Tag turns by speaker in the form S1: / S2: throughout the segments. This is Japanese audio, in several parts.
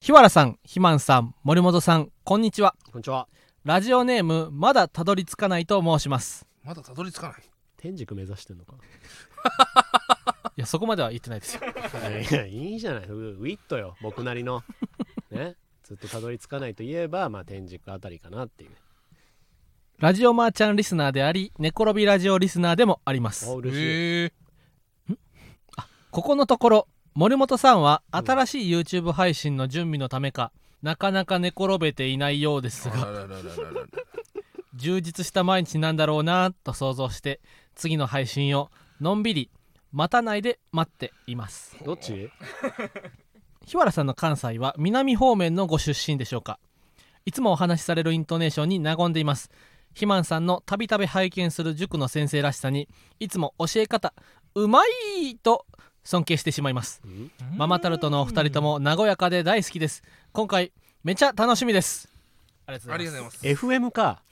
S1: 日原さん、ひまんさん、森本さん、こんにちは。
S2: こんにちは。
S1: ラジオネーム、まだたどり着かないと申します。
S3: まだたどり着かない。
S2: 天竺目指してんのか。
S1: いや、そこまでは言ってないですよ。
S2: いやいいじゃない。ウウィットよ。僕なりの。ね。ずっとたどり着かないといえば、まあ天竺あたりかなっていう。
S1: ラジオマーちゃんリスナーであり、寝転びラジオリスナーでもあります
S2: あ、。嬉しい。
S3: へえ。
S1: ここのところ森本さんは新しい YouTube 配信の準備のためか、なかなか寝転べていないようです
S3: あら
S1: が
S3: らららららら
S1: 充実した毎日なんだろうなと想像して次の配信をのんびり待たないで待っています
S2: どっち
S1: 日原さんの関西は南方面のご出身でしょうかいつもお話しされるイントネーションに和んでいますひまんさんのたびたび拝見する塾の先生らしさにいつも教え方うまいと尊敬してしまいます
S2: うん
S1: ママタルトのお二人とも和やかで大好きです今回めちゃ楽しみですありがとう
S3: あ
S1: ござ
S3: り
S1: い
S3: が
S1: ま
S3: とうござ
S1: す
S3: います。
S2: ?FM か。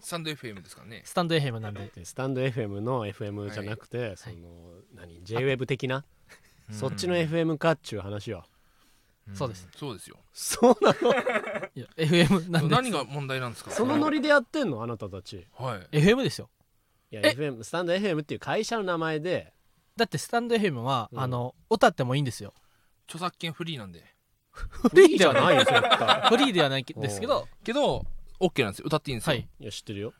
S3: サンド FM ですからね。
S1: スタンド FM なんで
S2: スタンド FM の FM じゃなくて、その、何 ?JWEB 的な、そっちの FM かっちゅう話よ。
S3: うん
S1: そうです。
S3: そうですよ。
S2: そうなの
S1: いや FM なんで
S3: 何が問題なんですか。
S2: そのノリでやってんのあなたたち。
S3: はい。
S1: FM ですよ
S2: いや、
S1: え
S2: FM、スタンド FM っていう会社の名前で、
S1: だってスタンド FM は、
S2: うん
S1: あの歌ってもいいんですよ
S3: 著作権フリーなんで。
S1: フ
S2: いいじゃ
S1: い
S2: ないよ、絶対。
S1: フリーではないけですけど
S3: けど、オッケーなんですよ。歌っていいんです
S1: は
S3: よ。
S1: い
S2: いや、知ってるよ。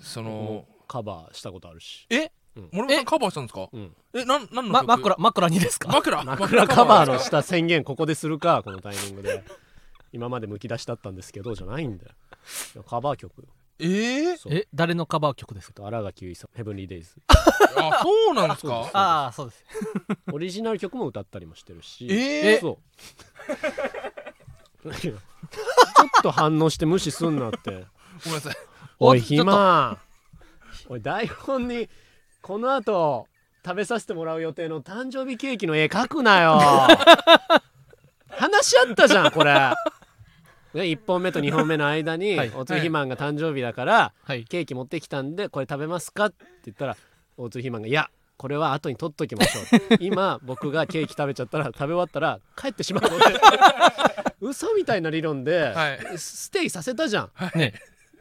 S3: そ
S2: も
S3: の。
S2: うカバーしたことあるし。
S3: え
S2: うん？
S3: 森本さ
S1: え
S3: んカバーしたんですか
S2: うん。
S3: え、なんなんの
S1: ま
S3: 曲？
S1: 枕枕にですか
S3: 枕。
S2: 枕カバーの
S3: ですか
S2: した宣言ここでするかこのタイミングで今までむき出しだったんですけどじゃないんだよいやカバー曲
S3: えー
S2: そう
S1: え誰のカバー曲ですか
S2: 新垣結衣さん「ヘブンリーデイズ
S3: あ、そうなんです か。
S1: ああそうです」
S2: オリジナル曲も歌ったりもしてるし
S3: えー
S2: そう ちょっと反応して無視すんなって
S3: ごめんなさい。
S2: おい
S1: ちょっと
S2: 暇おい台本にこの後食べさせてもらう予定の誕生日ケーキの絵描くなよ話し合ったじゃんこれね、1本目と2本目の間に
S1: はい
S2: 大津ひまんが誕生日だから
S1: はい
S2: ケーキ持ってきたんでこれ食べますかって言ったら大津ひまんが「いやこれは後に取っときましょう」今僕がケーキ食べちゃったら食べ終わったら帰ってしまうので嘘みたいな理論で、
S3: はい。
S2: ステイさせたじゃん
S1: ね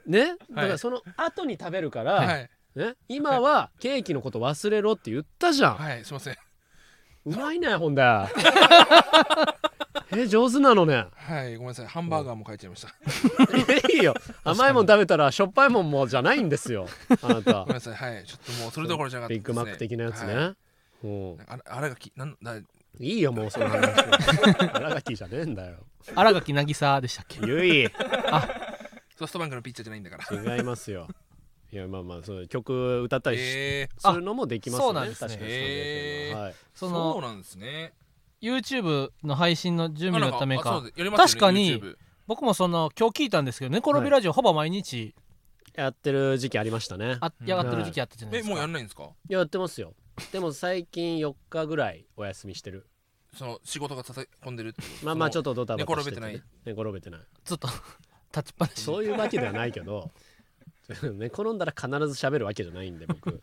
S2: ね、だか
S3: はい
S2: らその後に食べるから、
S3: はい。
S2: ね、今はケーキのこと忘れろって言ったじゃん、
S3: はい。すいません。
S2: うまいねほんでえ上手なのね
S3: はい。ごめんなさい。ハンバーガーも書いちゃいました。
S2: いいよ甘いもん食べたらしょっぱいもんもじゃないんですよあなた
S3: ごめんなさい。はい。ちょっともうそれどころじゃなかった
S2: ビ
S3: です
S2: ッグマック的なやつね、
S3: はい
S2: うん
S3: あらあらがきなんだ
S2: いいよもうその話新垣じゃねえんだよ
S1: 新垣渚でしたっけ
S2: ゆい
S3: ソフトバンクのピッチャーじゃないんだから。
S2: 違いますよいやまあまあその曲歌ったりし、
S3: え
S2: するのもできます
S1: あ
S2: よ
S1: そうなん
S2: ね
S1: ですね
S2: 確かに
S3: へー
S2: はい、
S3: ー、
S1: そ
S3: そ
S1: の
S3: うなんですね。
S1: YouTube の配信の準備のため
S3: あな
S1: か
S3: んあそうですやりますよね
S1: 確かに
S3: YouTube
S1: 僕もその今日聞いたんですけど「寝転びラジオ」ほぼ毎日
S2: やってる時期ありましたね
S1: あやがってる時期あったじゃない
S3: え
S1: ですか、
S3: もうやんないんですか
S2: いややってますよでも最近4日ぐらいお休みしてる
S3: その仕事が立て込んでるって
S2: まあまあちょ
S3: っ
S2: っとドタバタしてて、
S3: 寝転べて
S2: ね
S3: ない、
S2: 寝転べてない
S1: ずっ と立ちっぱなし
S2: そういうわけではないけど 寝転んだら必ず喋るわけじゃないんで僕、うん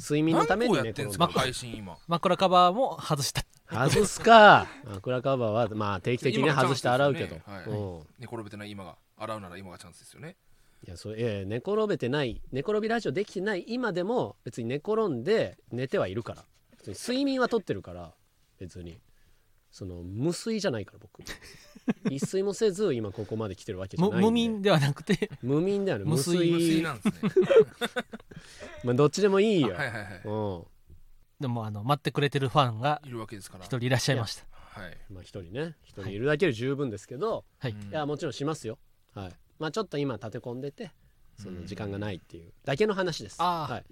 S2: 睡眠のため
S3: 何
S2: に
S3: 個や
S2: 寝
S3: って
S2: 転
S3: ん
S2: ん
S3: す
S2: で
S3: か
S2: ま
S3: 配信今
S1: 枕カバーも外した
S2: 外すか枕カバーはまあ定期的に
S3: 今がチャン
S2: 外し
S3: ス
S2: て洗うけど、
S3: ですよねはい
S2: うん
S3: 寝転べてない今が洗うなら今がチャンスですよね
S2: いやそうええ寝転べてない寝転びラジオできてない今でも別に寝転んで寝てはいるから別に睡眠はとってるから別にその無睡じゃないから僕一睡もせず今ここまで来てるわけじゃ
S1: む
S2: ないんで
S1: 無眠ではなくて
S2: 無眠だよね無
S1: 無
S2: 睡
S1: 睡
S3: 無水なんですね
S2: まあ、どっちでも いいよ、
S3: はいはいはい
S2: うん
S1: でもあの待ってくれてるファンが
S3: いるわけですから
S1: 一人いらっしゃいました
S3: はい
S2: まあ一人ね一人いるだけで十分ですけど、
S1: はい、
S3: うん
S2: い、やもちろんしますよはいまあちょっと今立て込んでてその時間が
S3: い
S2: ないっていうだけの話です、
S1: あー
S2: はい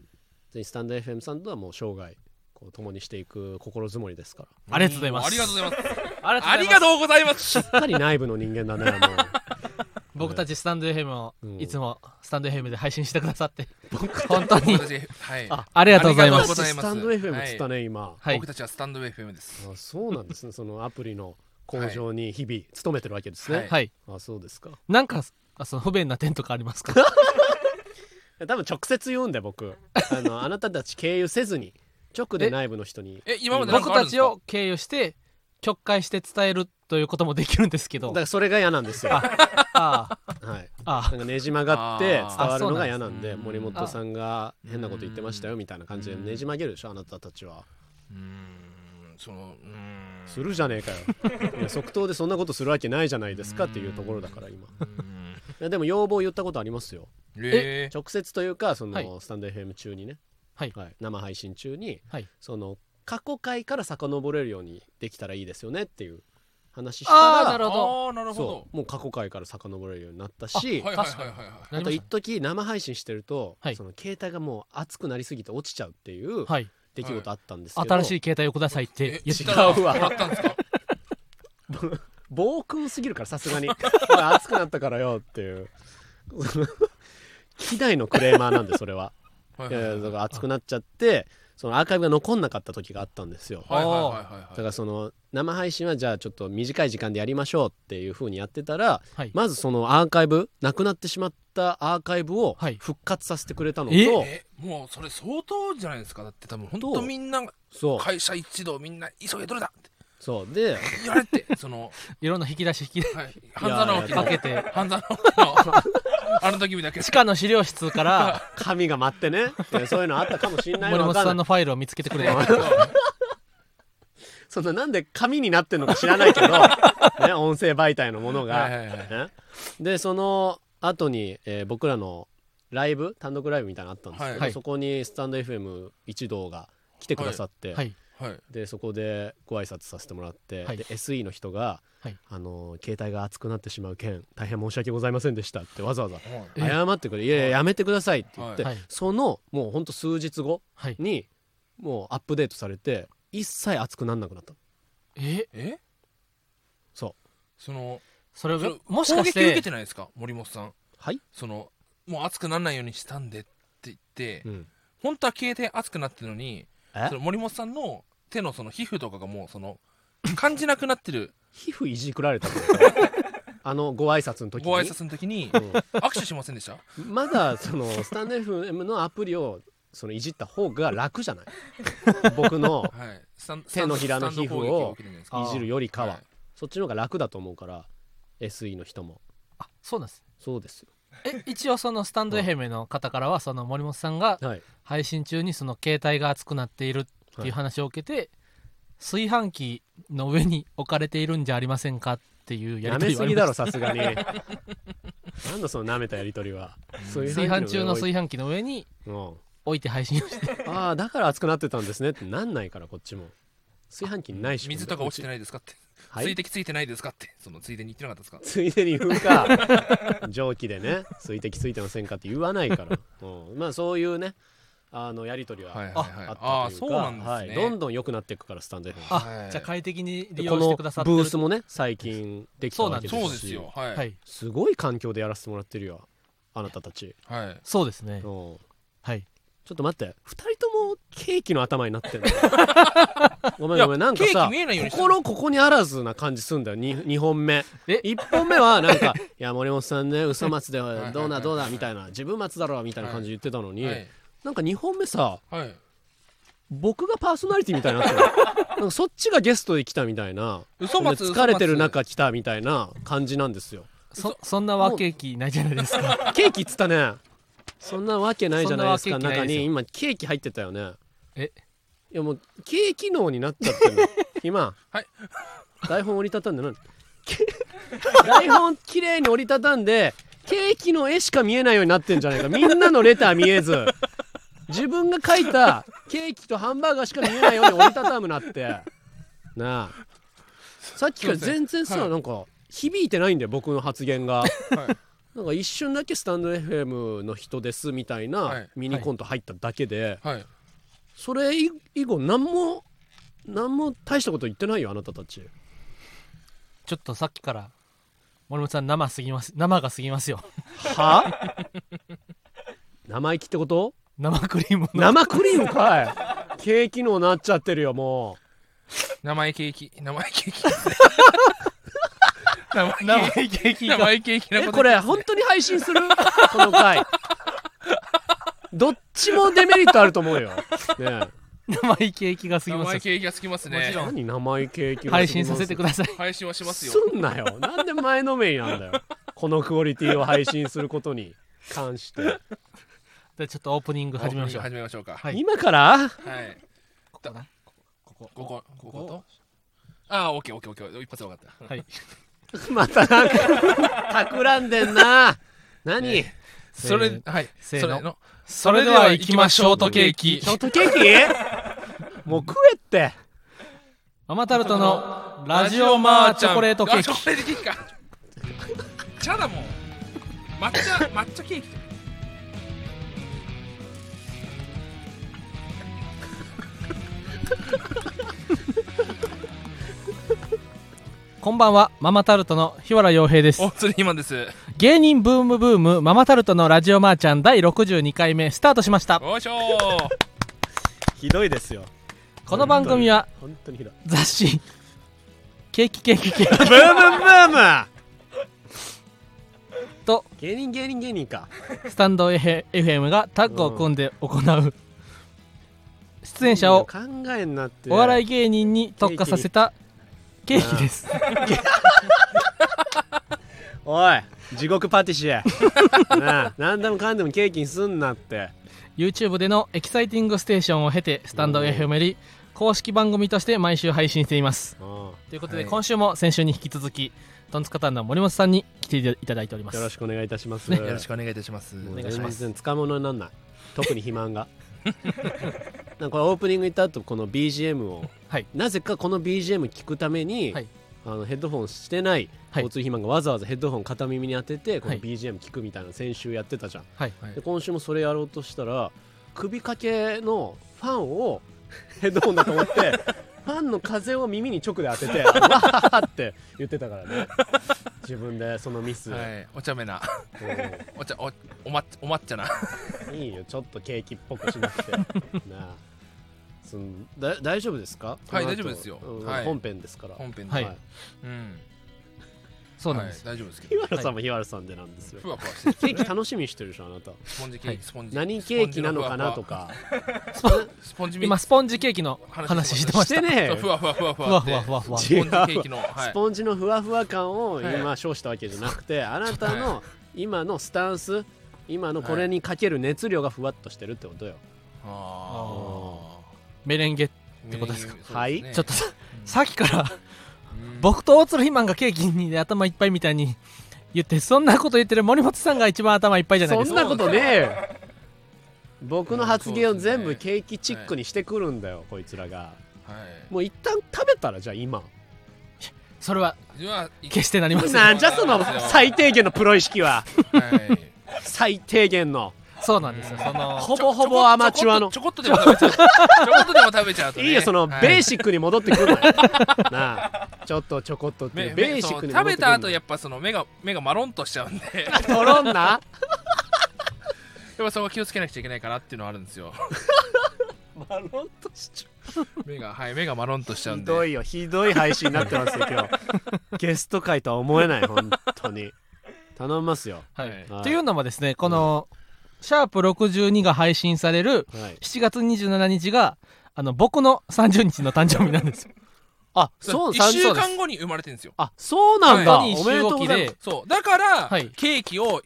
S2: 別にスタンド FM さんとはもう生涯こう共にしていく心づもりですか
S1: ありがとうございます
S3: ありがとうございます
S1: あり
S3: ありがとうございます
S2: らしっかり内部の人間だ ねもう
S1: 僕たちスタンド FM を
S2: うん
S1: いつもスタンド FM で配信してくださって本当に
S3: 私はい
S2: あ
S1: ありがとうございま
S3: ありがとうございますす
S2: スタンド FM つったね、今、
S1: はい
S3: 僕たちはスタンド FM です
S2: あそうなんですねそのアプリの向上に日々勤めてるわけですね、
S3: はい
S1: はい
S2: あそうですか
S1: なんかあその不便な点とかありますか
S2: 多分直接言うんだよ 僕あのあなたたち経由せずに直で内部の人に
S3: え今までなん
S1: 僕
S3: かある
S1: た
S3: んです
S1: ち
S3: か
S1: を経由して曲解して伝えるということもできるんですけ
S2: だ
S1: ど
S2: からそれが嫌なんですよ。は
S1: あ
S2: い。
S1: あ
S2: なんかねじ曲がって伝
S3: あー
S2: わるのが嫌なんで
S3: あそうなんですね
S2: 森本さんが変なこと言ってましたよみたいな感じでねじ曲げるでしょあなたたちは
S3: うーんそのうーん
S2: するじゃねえか よいや即答でそんなことするわけないじゃないですかっていうところだから今
S3: うーん
S2: いやでも要望言ったことありますよ
S3: えー
S2: 直接というかその、
S1: はい
S2: スタンド FM 中にね、
S1: はい
S2: 生配信中に、
S1: はい
S2: その過去回から遡れるようにできたらいいですよねっていう話したら
S1: あーなるほど
S3: あーなるほど
S2: そうもう過去回から遡れるようになった
S3: あはい
S2: し
S3: はいはいはいは
S2: あ
S1: なり
S2: と
S1: まし
S2: 一
S1: た
S2: 時生配信してると、
S1: はい
S2: その携帯がもう熱くなりすぎて落ちちゃうっていう
S1: はい
S2: 出来事あったんですけど、
S1: 新しい携帯をくださいっ
S3: い
S1: て言って
S2: 違
S1: た
S2: うわ
S3: もらったんですか
S2: 暴君すぎるからさすがにおい熱くなったからよっていう 希代のクレーマーなんでそれは
S3: はい
S2: い
S3: はい
S2: や
S3: は
S2: や
S3: いいはい
S2: だから熱くなっちゃってそのアーカイブが残んなかった時があったんですよ
S3: はい
S2: だ
S3: はい
S2: か
S3: はい
S2: らその生配信はじゃあちょっと短い時間でやりましょうっていう風にやってたら
S1: はい
S2: まずそのアーカイブなくなってしまったアーカイブを
S1: はい
S2: 復活させてくれたのと、
S1: え
S3: えもうそれ相当じゃないですかだって多分本当みんな
S2: そう
S3: 会社一同みんな急げどれだって
S2: そうで
S3: 言われてその
S1: いろんな引き出し引き出し
S3: はい半沢直樹の
S1: かけて
S3: 半沢直樹のあの時みた いな
S1: 地下の資料室から
S2: 神が待ってねいやそういうのあったかもしんない
S1: 森本
S2: わかんな
S1: さ
S2: い
S1: んのファイルを見つけてくれた
S2: そんななんで紙になってんのか知ら ないけど、ね、音声媒体のものが。
S3: はいはいはい
S2: ねでその後に、えー僕らのライブ単独ライブみたいなのあったんですけど、
S1: はい
S2: そこにスタンド FM 一同が来てくださって、
S1: はい
S3: はい
S2: でそこでご挨拶させてもらって、
S1: はい
S2: で SE の人が、
S1: はい
S2: あのー携帯が熱くなってしまう件大変申し訳ございませんでした」ってわざわざ
S3: はい
S1: え
S2: 謝ってくれ「いやいややめてください」って言って、
S1: はい
S2: そのもうほんと数日後
S1: はい
S2: にもうアップデートされて一切熱くなんなくなったの
S1: え
S3: え
S2: そう
S3: その
S1: それ
S3: それ
S1: もしかし
S3: 攻撃受け
S1: て
S3: てないですか森本さん
S2: はい、
S3: そのもう熱くならないようにしたんでって言って、
S2: うん、
S3: 本当は携帯熱くなってるのに
S2: え
S3: その森本さんの手のその皮膚とかがもうその感じなくなってる
S2: 皮膚いじくら れたのあのご挨拶の時に
S3: ご挨拶の時に握手しませんでした
S2: うんまだそのスタンド FM のアプリをそのいじった方が楽 じゃない僕の
S3: はいスタン
S2: 手のひらの
S3: スタンド
S2: 皮膚を
S3: スタンド攻撃受けてるんじゃないですか
S1: あー
S2: いじるよりかは、
S3: はい
S2: そっちの方が楽だと思うから SE の人も
S1: あそうなんです
S2: そうですよ
S1: え一応そのスタンド FM の方からはその森本さんが
S2: はい
S1: 配信中にその携帯が熱くなっているっていう話を受けて、炊飯器の上に置かれているんじゃありませんかっていうや
S2: や
S1: りと
S2: め
S1: りは
S2: す
S1: あり
S2: ぎだ
S1: ま
S2: ろ
S1: す
S2: さすがに なんだその舐めたやりとりは
S1: 炊飯中の炊
S2: 飯
S1: 飯器の上に
S2: うん
S1: 置いて配信をして
S2: ああだから熱くなってたんですねってなんないからこっちも炊飯器にないし
S3: 水とか落ちてないですかって、
S2: はい
S3: 水滴ついてないですかってそのついでに言ってなかったですか
S2: ついでに言うか蒸気でね水滴ついてませんかって言わないから、うん、まあそういうねあのやり取りは
S3: はい
S2: あ
S3: はい
S2: ったと
S3: はいいう
S2: か、
S3: あーそうなんですね
S2: はい、どんどん良くなっていくからスタンド FM
S1: あ、
S3: はい
S1: じゃあ快適に利
S2: で
S1: 用
S2: こ
S1: し
S2: の
S1: てく
S2: ブ
S1: ださってる
S2: ースもね最近できたわけですし
S3: そうですよはい
S1: はい
S2: すごい環境でやらせてもらってるよあなたたち、
S3: はい
S1: そうですね
S2: うん、ちょ
S1: はい
S2: っと待って2人ともケーキの頭になって るごめんごめん
S3: いや
S2: なんかさ
S3: ケーキ見えないようにして
S2: 心ここにあらずな感じすんだよ 2, 二本目
S1: え
S2: 1本目はなん か「いや森本さんね嘘松で
S3: いはい
S2: どうなどうだ」みたいな「自分松だろ」みたいな感じで言ってたのに、
S3: はい
S2: なんか2本目さ
S3: はい
S2: 僕がパーソナリティみたいになってるなんかそっちがゲストで来たみたいな
S3: 嘘松
S2: で疲れてる
S3: 嘘松
S2: 中来たみたいな感じなんですよ
S1: そそんな和ケーキないじゃないですか
S2: ケーキっつったねそんなわけないじゃないですか
S1: そんなわけ
S2: 中
S1: ないですよ
S2: に今ケーキ入ってたよね
S1: え
S2: いやもうケーキ脳になっちゃって るの今
S3: はい
S2: 台本折りたたんで 何け台本綺麗に折りたたんでケーキの絵しか見えないようになってんじゃないかみんなのレター見えず自分が書いたケーキとハンバーガーしか見えないように折りたたむなってなあさっきから全然
S3: すい
S2: さ
S3: ません
S2: なんか響いてないんだよ僕の発言が
S3: はい
S2: なんか一瞬だけスタンド FM の人ですみたい
S3: は
S2: ないミニコント入っただけで
S3: はい
S2: それ以以後何も何も大したこと言ってないよあなたたち
S1: ちょっとさっきから森本さん生すぎます生がすぎますよ
S2: は 生意気ってこと
S1: 生クリームの
S2: 生クリー ムかい景気能なっちゃってるよも
S3: 生意気生き生意気生き
S1: 生ケ
S3: 生意
S1: ー
S3: 気
S1: キが
S3: 生意気生き
S2: う
S3: な
S2: え
S3: こと
S2: これ本当に配 信する この回どっちもデメリットあると思うよねえ
S1: 生意気気が過ぎま
S3: 生
S1: す
S3: 意気がつきますね
S1: もちろん
S2: 何生意気影響
S1: 配信させてください
S3: 配信はしますよ
S2: すんなよなんで前のめりなんだ よこのクオリティを配信することに関して
S1: でちょっとオープニング始めましょう
S3: 始めましょうか
S1: はい
S2: 今から
S3: はい
S1: ここなここ
S3: こここことああオッケーオッケーオッケー一発で分かった
S1: はい
S2: またなん か企んでんな何、
S3: そ
S1: せ
S3: れ
S1: ー
S3: はい
S1: せ
S3: そ
S1: ーの
S3: れの
S1: それでは行きましょうショートケーキ
S2: ショートケーキもう食えって
S1: ママタルトのラジオマーチョコレートケー
S3: あ
S1: キ
S3: チョコレートケーキか茶だもん抹茶 抹茶ケーキ
S1: こんばんはママタルトの日原洋平です
S3: お釣り今です
S1: 芸人ブームブームママタルトのラジオマーちゃん第62回目スタートしました
S3: よいしょー
S2: ひどいですよ
S1: この番組は
S2: 本当にひどい
S1: 雑誌ケーキケーキケーキ
S2: ブームブーム
S1: と
S2: 芸人芸人芸人か
S1: スタンド FM がタッグを組んで行う出演者を
S2: 考えになって
S1: お笑い
S2: い
S1: 芸人に特化させたケーキです
S2: おい地獄パティ シエなあ何でもかんでもケーキにすんなって
S1: YouTube でのエキサイティングステーションを経てスタンド
S2: おー
S1: FM より公式番組として毎週配信しています
S2: うん
S1: ということで、
S3: はい
S1: 今週も先週に引き続きトンツカタンの森本さんに来ていただいております
S2: よろしくお願いいたします、
S1: ね
S3: よろしくお願いいたします
S2: もう
S1: お願いします
S2: 全然つかものになんない特に肥満がなんかこれオープニング行った後この BGM を、
S1: はい
S2: なぜかこの BGM 聞くために、
S1: はい
S2: あのヘッドホンしてない
S1: はい
S2: 交通肥満がわざわざヘッドホン片耳に当ててこの
S1: はい
S2: BGM 聞くみたいな先週やってたじゃん、
S1: はい
S2: で今週もそれやろうとしたら首掛けのファンをヘッドホンだと思 ってファンの風を耳に直で当ててわははって言ってたからね自分でそのミス、
S3: はいお茶目な
S2: うん
S3: お茶おおまお抹茶な
S2: いいよちょっとケーキっぽくしなく てなあそのだ大丈夫ですか
S3: はい
S2: この後
S3: 大丈夫ですよ
S2: うん
S3: はい
S2: 本編ですから
S3: 本編で
S1: はい
S3: うん
S1: そうなんです、
S3: はい大丈夫ですけ
S2: 日
S3: ど
S2: 原さんも日原さんでなんですよ、
S3: ふわふわしてる
S2: ケーキ楽しみにしてるでしょあ なた
S3: スポンジケーキスポンジ
S2: 何ケーキなのかなとか
S1: スポ
S3: スポンジミ
S1: 今スポンジケーキの話
S3: 話
S1: し
S3: してて
S1: ま
S3: ま
S1: し
S2: したてねえ
S3: そうふわふわふわふ
S1: ふわ
S3: わっ
S1: ふ
S3: て
S1: わふわふわ
S3: スポンジケーキのは
S2: ス
S3: い
S2: ポンジのふわふわ感を
S3: はい
S2: 今称したわけじゃなくて、あなたの今のスタンス今のこれにかける熱量がふわっとしてるってことよ、
S3: あ
S1: メレンゲ
S3: ー
S1: ってことですか
S3: メニュー
S2: はい
S3: そうですね
S1: ちょっとささっきから
S3: うん
S1: 僕と大鶴ひまんがケーキに頭いっぱいみたいに言ってそんなこと言ってる森本さんが一番頭いっぱいじゃない
S2: そ
S1: です
S2: ん
S1: か
S2: なことねえよ僕の発言を全
S3: う
S2: 部
S3: んそうです
S2: ケーキチックにしてくるんだよ、こいつらが
S3: はい
S2: もう一旦食べたらじゃあ今
S1: それは
S3: では行き
S1: 決してなりません
S2: なんじゃその最低限のプロ意識 は
S3: はい
S2: 最低限の
S1: そうなんですよその
S2: ほぼほぼアマチュアの
S3: ちょこっとちょこっ とでも食べちゃうちょこっとでも食べちゃうとね
S2: いいよそのベ
S3: はい
S2: ーシックに戻ってくる のよなあちょっとちょこっとってい
S3: め
S2: う
S3: め
S2: ベーシックに
S3: その
S2: 戻って
S3: 食べ
S2: くる
S3: た
S2: の
S3: 後やっぱその目が目がマロンとしちゃうんで やっ
S2: とろんな
S3: ぱそこは気をつけなくちゃいけないかなっていうのはあるんですよ
S2: マロンとしち
S3: 目がはい目がマロンとしち
S2: ゃ
S3: ゃ
S2: う
S3: うん
S2: ひ
S3: で
S2: どいよひどい配信になってますよ 今日ゲスト会とは思えない本当に頼みますよ
S1: はい
S2: はい
S1: というのもですねこの「シャープ #62」が配信される
S2: はい
S1: 7月27日があの僕の30日の誕生日なんですよ
S2: あ
S3: そう
S2: そう
S3: 1週
S2: そうです
S3: 間後に生まれてるんですよ
S2: あそうなんだ、
S1: はい
S2: おめでとうございます
S3: そうだから、
S1: はい
S3: ケーキをい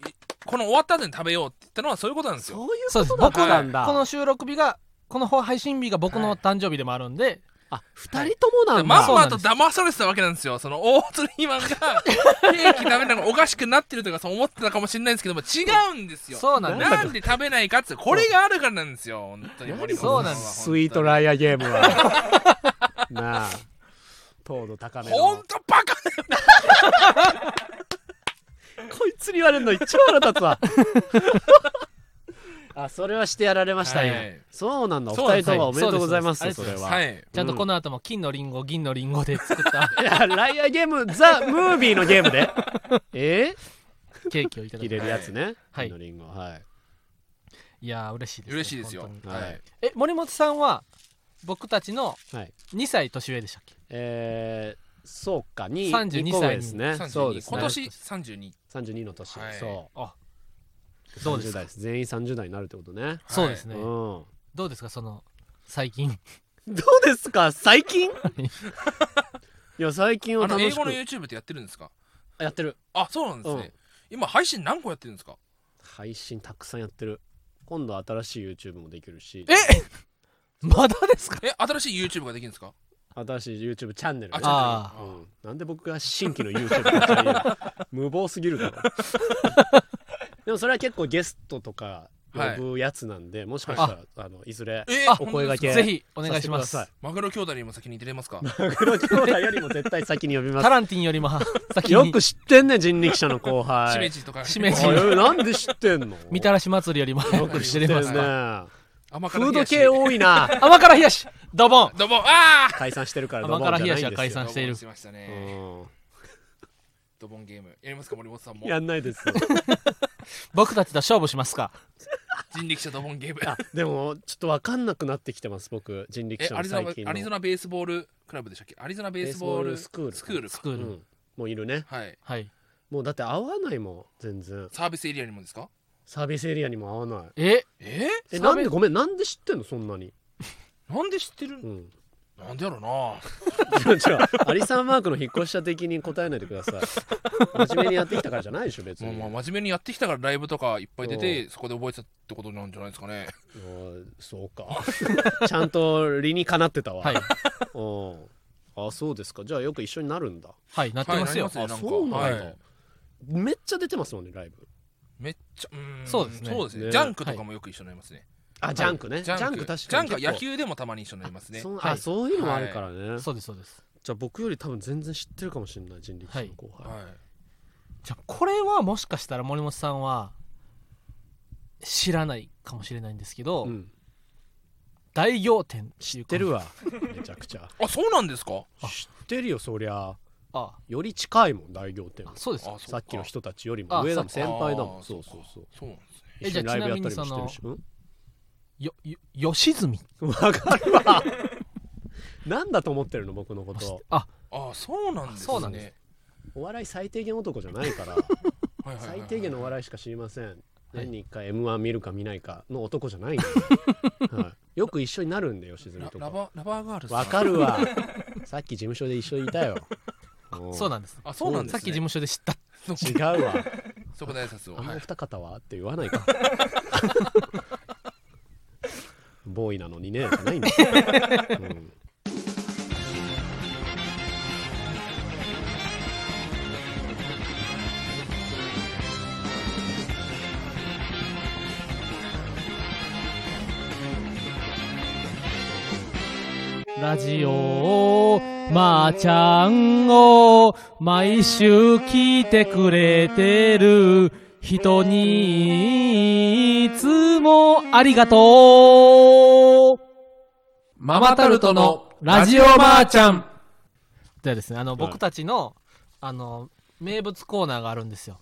S3: この終わった後に食べようって言ったのはそういうことなんです
S2: そう
S3: よ
S2: いう
S1: そうです
S2: こと
S1: 僕
S2: な
S1: が
S2: ん
S1: こ
S2: だ
S1: の収録日がこの配信日が僕の誕生日でもあるんで、
S2: あ二人ともなんだ、
S3: まん
S1: そう
S3: まと騙されてたわけなんですよその大鶴ひまんがケーキ食べるのがおかしくなってるとかそう思ってたかもしれないんですけども違うんですよ
S1: そうなんです
S3: なんで食べないかってこれがあるからなんですよ本当に森本さんは
S1: そうなんです
S2: スイート
S3: イ
S2: ライアーゲームはなあ糖度高めの
S3: ほんとバカ
S2: こいつに言われるの一番腹立つわ あそれはしてやられましたね、
S3: はい
S2: そうなんだお
S3: そうなん
S2: 二
S3: です
S2: 人ともおめでとうございます
S1: はい
S2: それは、
S3: はい
S1: ちゃんとこの後も金のリンゴ銀のリンゴで作った
S2: いやライアーゲームザ・ムービーのゲームで え
S1: ケーキをいた
S2: ー、
S1: だい
S2: 切
S1: て
S2: れるやつね、
S1: はい
S2: 金のリンゴはい
S1: いやー嬉しいです、ね、
S3: 嬉しいですよ
S1: 本当に
S2: はい、
S3: はい
S1: え森本さんは僕たちの
S2: はい、
S1: 2歳年上でしたっけ
S2: えー、そうかに
S1: 32
S2: 2個上ですね
S3: 32
S2: そうですね
S3: 今年32
S2: 32の年、
S3: はい
S2: そ
S1: あ
S2: う
S1: どうです
S2: 30
S1: か
S2: 代です全員30代になるってことね
S1: そうですね、
S2: うん
S1: どうですかその最近
S2: どうですか最 近いや最近は
S3: あの
S2: 楽
S3: 英
S2: し
S3: 語の
S2: く
S3: YouTube ってやってるんですか
S2: やってる
S3: あそうなんですね、今配信何個やってるんですか
S2: 配信たくさんやってる今度新しい YouTube もできるし
S1: まだですか
S3: え新しい YouTube ができるんですか
S2: 新しい YouTube チャンネル
S3: あ
S1: チあ
S3: ャンネル
S2: うんなんで僕が新規の YouTube に 無謀すぎるだろでもそれは結構ゲストとか呼ぶやつなんで、もしかしたらあのいずれ
S3: え
S1: あ
S3: 本当ですか
S2: お声掛け
S1: ぜひお願いします
S2: させ
S3: マグロ兄弟よりも先に出れますか
S2: 黒兄弟よりも絶対先に呼びま
S1: タ
S2: す
S1: ランティンより も先
S2: よく
S1: に
S2: 知ってんねん人力車の後
S3: し
S2: 輩
S3: めじとか
S1: しめじ
S2: おいおいなんで知ってんの
S1: みたらし祭りよりも
S2: よく知って
S1: 出れま
S2: るね
S1: す
S2: フ
S1: か
S3: 甘辛
S2: ード
S3: 冷やし
S2: 系多いな
S1: 甘辛冷やしドボン
S3: どうもああ
S2: 解散してるから
S1: 甘辛冷やしは
S2: ドボン
S1: 解
S2: じゃ
S1: 散している
S3: しましたねドボンゲームやりますか森本さん
S2: う
S3: も
S2: んやんないですよ
S1: 僕たちと勝負しますか
S3: 人力車ドボンゲーム
S2: あでもちょっと分かんなくなってきてます僕人力
S3: え
S2: 車
S3: ア
S2: の
S3: リゾナ
S2: 最近の
S3: アリゾナベースボールクラブでしたっけアリゾナベースボール
S2: ベースボールスクール
S1: ス
S3: か
S1: クー
S2: う
S1: ル、
S2: ん、もういるね
S3: はい
S1: はい
S2: もうだって合わないもん全然
S3: サービスエリアにもですか
S2: サービスエリアにも合わない
S1: え
S3: え
S2: え
S1: サービス
S2: なんでごめんなんで知ってんのそんなに
S3: なんで知ってる
S2: うん
S3: なんでやろうな
S2: 違う違うアリサンマークの引っ越し者的に答えないでください真面目にやってきたからじゃないでしょ別に、
S3: まあまあ真面目にやってきたからライブとかいっぱい出てそこで覚えてたってことなんじゃないですかね
S2: おいそうかちゃんと理にかなってたわ、
S1: はい
S2: うんあそうですかじゃあよく一緒になるんだ
S1: はいなってますよ、
S3: はいな
S2: あ
S3: りますねなんか
S2: そうなんだ
S3: はい
S2: めっちゃ出てますもんねライブ
S3: めっちゃうーん
S1: そうですね
S3: そうですね
S2: ね
S3: ジャンクとかもよく一緒になりますね
S2: あジャンクね、
S3: ジャン
S2: 確
S3: ク
S2: かに
S3: ジャンクは野
S2: 結
S3: 球でもたまに一緒になります
S2: 構
S3: ね
S2: そう
S1: は
S2: あ
S1: い
S2: そういうのもあるからね、
S1: そうですそうです
S2: じゃあ僕より多分全然知ってるかもしれない人力車の後輩、
S3: は
S1: じゃあこれはもしかしたら森本さんは知らないかもしれないんですけど、
S2: うん、
S1: 大仰天
S2: 知ってるわ めちゃくちゃ
S3: いあそうなんですか
S1: あ
S2: 知ってるよそりゃ
S1: あ
S2: より近いもん大仰天
S1: あ
S2: は
S1: そうです
S3: あ
S1: か
S2: さっきの
S3: そうか
S2: 人たちよりも上だもん
S1: あ
S2: 先輩だも
S3: あ
S2: ん
S3: そ
S2: そうう
S3: か
S2: そうそう
S3: そうなんですね
S1: え
S2: 一緒に
S1: じゃあ
S2: ライブやったりもしてる
S1: ち
S2: しうん
S1: よよ吉住
S2: わかるわ なんだと思ってるの僕のこと
S1: あ
S3: あそうなんですね
S1: そうなんです
S2: お笑い最低限男じゃないから
S3: はいはいはい
S2: 最
S3: はい
S2: 低限のお笑いしか知りません年に1回 m 1見るか見ないかの男じゃないんで、はい、よく一緒になるんで吉住
S3: ラ
S2: と
S3: ラ
S2: か
S3: バーラバーガールズ
S2: わかるわさっき事務所で一緒にいたようん
S1: そうなんです
S3: あそうなんです
S1: さ
S3: ね
S1: っき事務所で知った
S2: 違うわ
S3: そこで挨拶を
S2: あの
S3: は
S2: お
S3: い
S2: 二方はって言わないかボーイなのにねじゃないんだ、うん
S1: ラジオまー、ちゃんを毎週聞いてくれてる人にいつもありがとう
S3: マ
S1: マタルトのラジオマーちゃんではですね、あの、
S2: い
S1: 僕たちの、あの、名物コーナーがあるんですよ。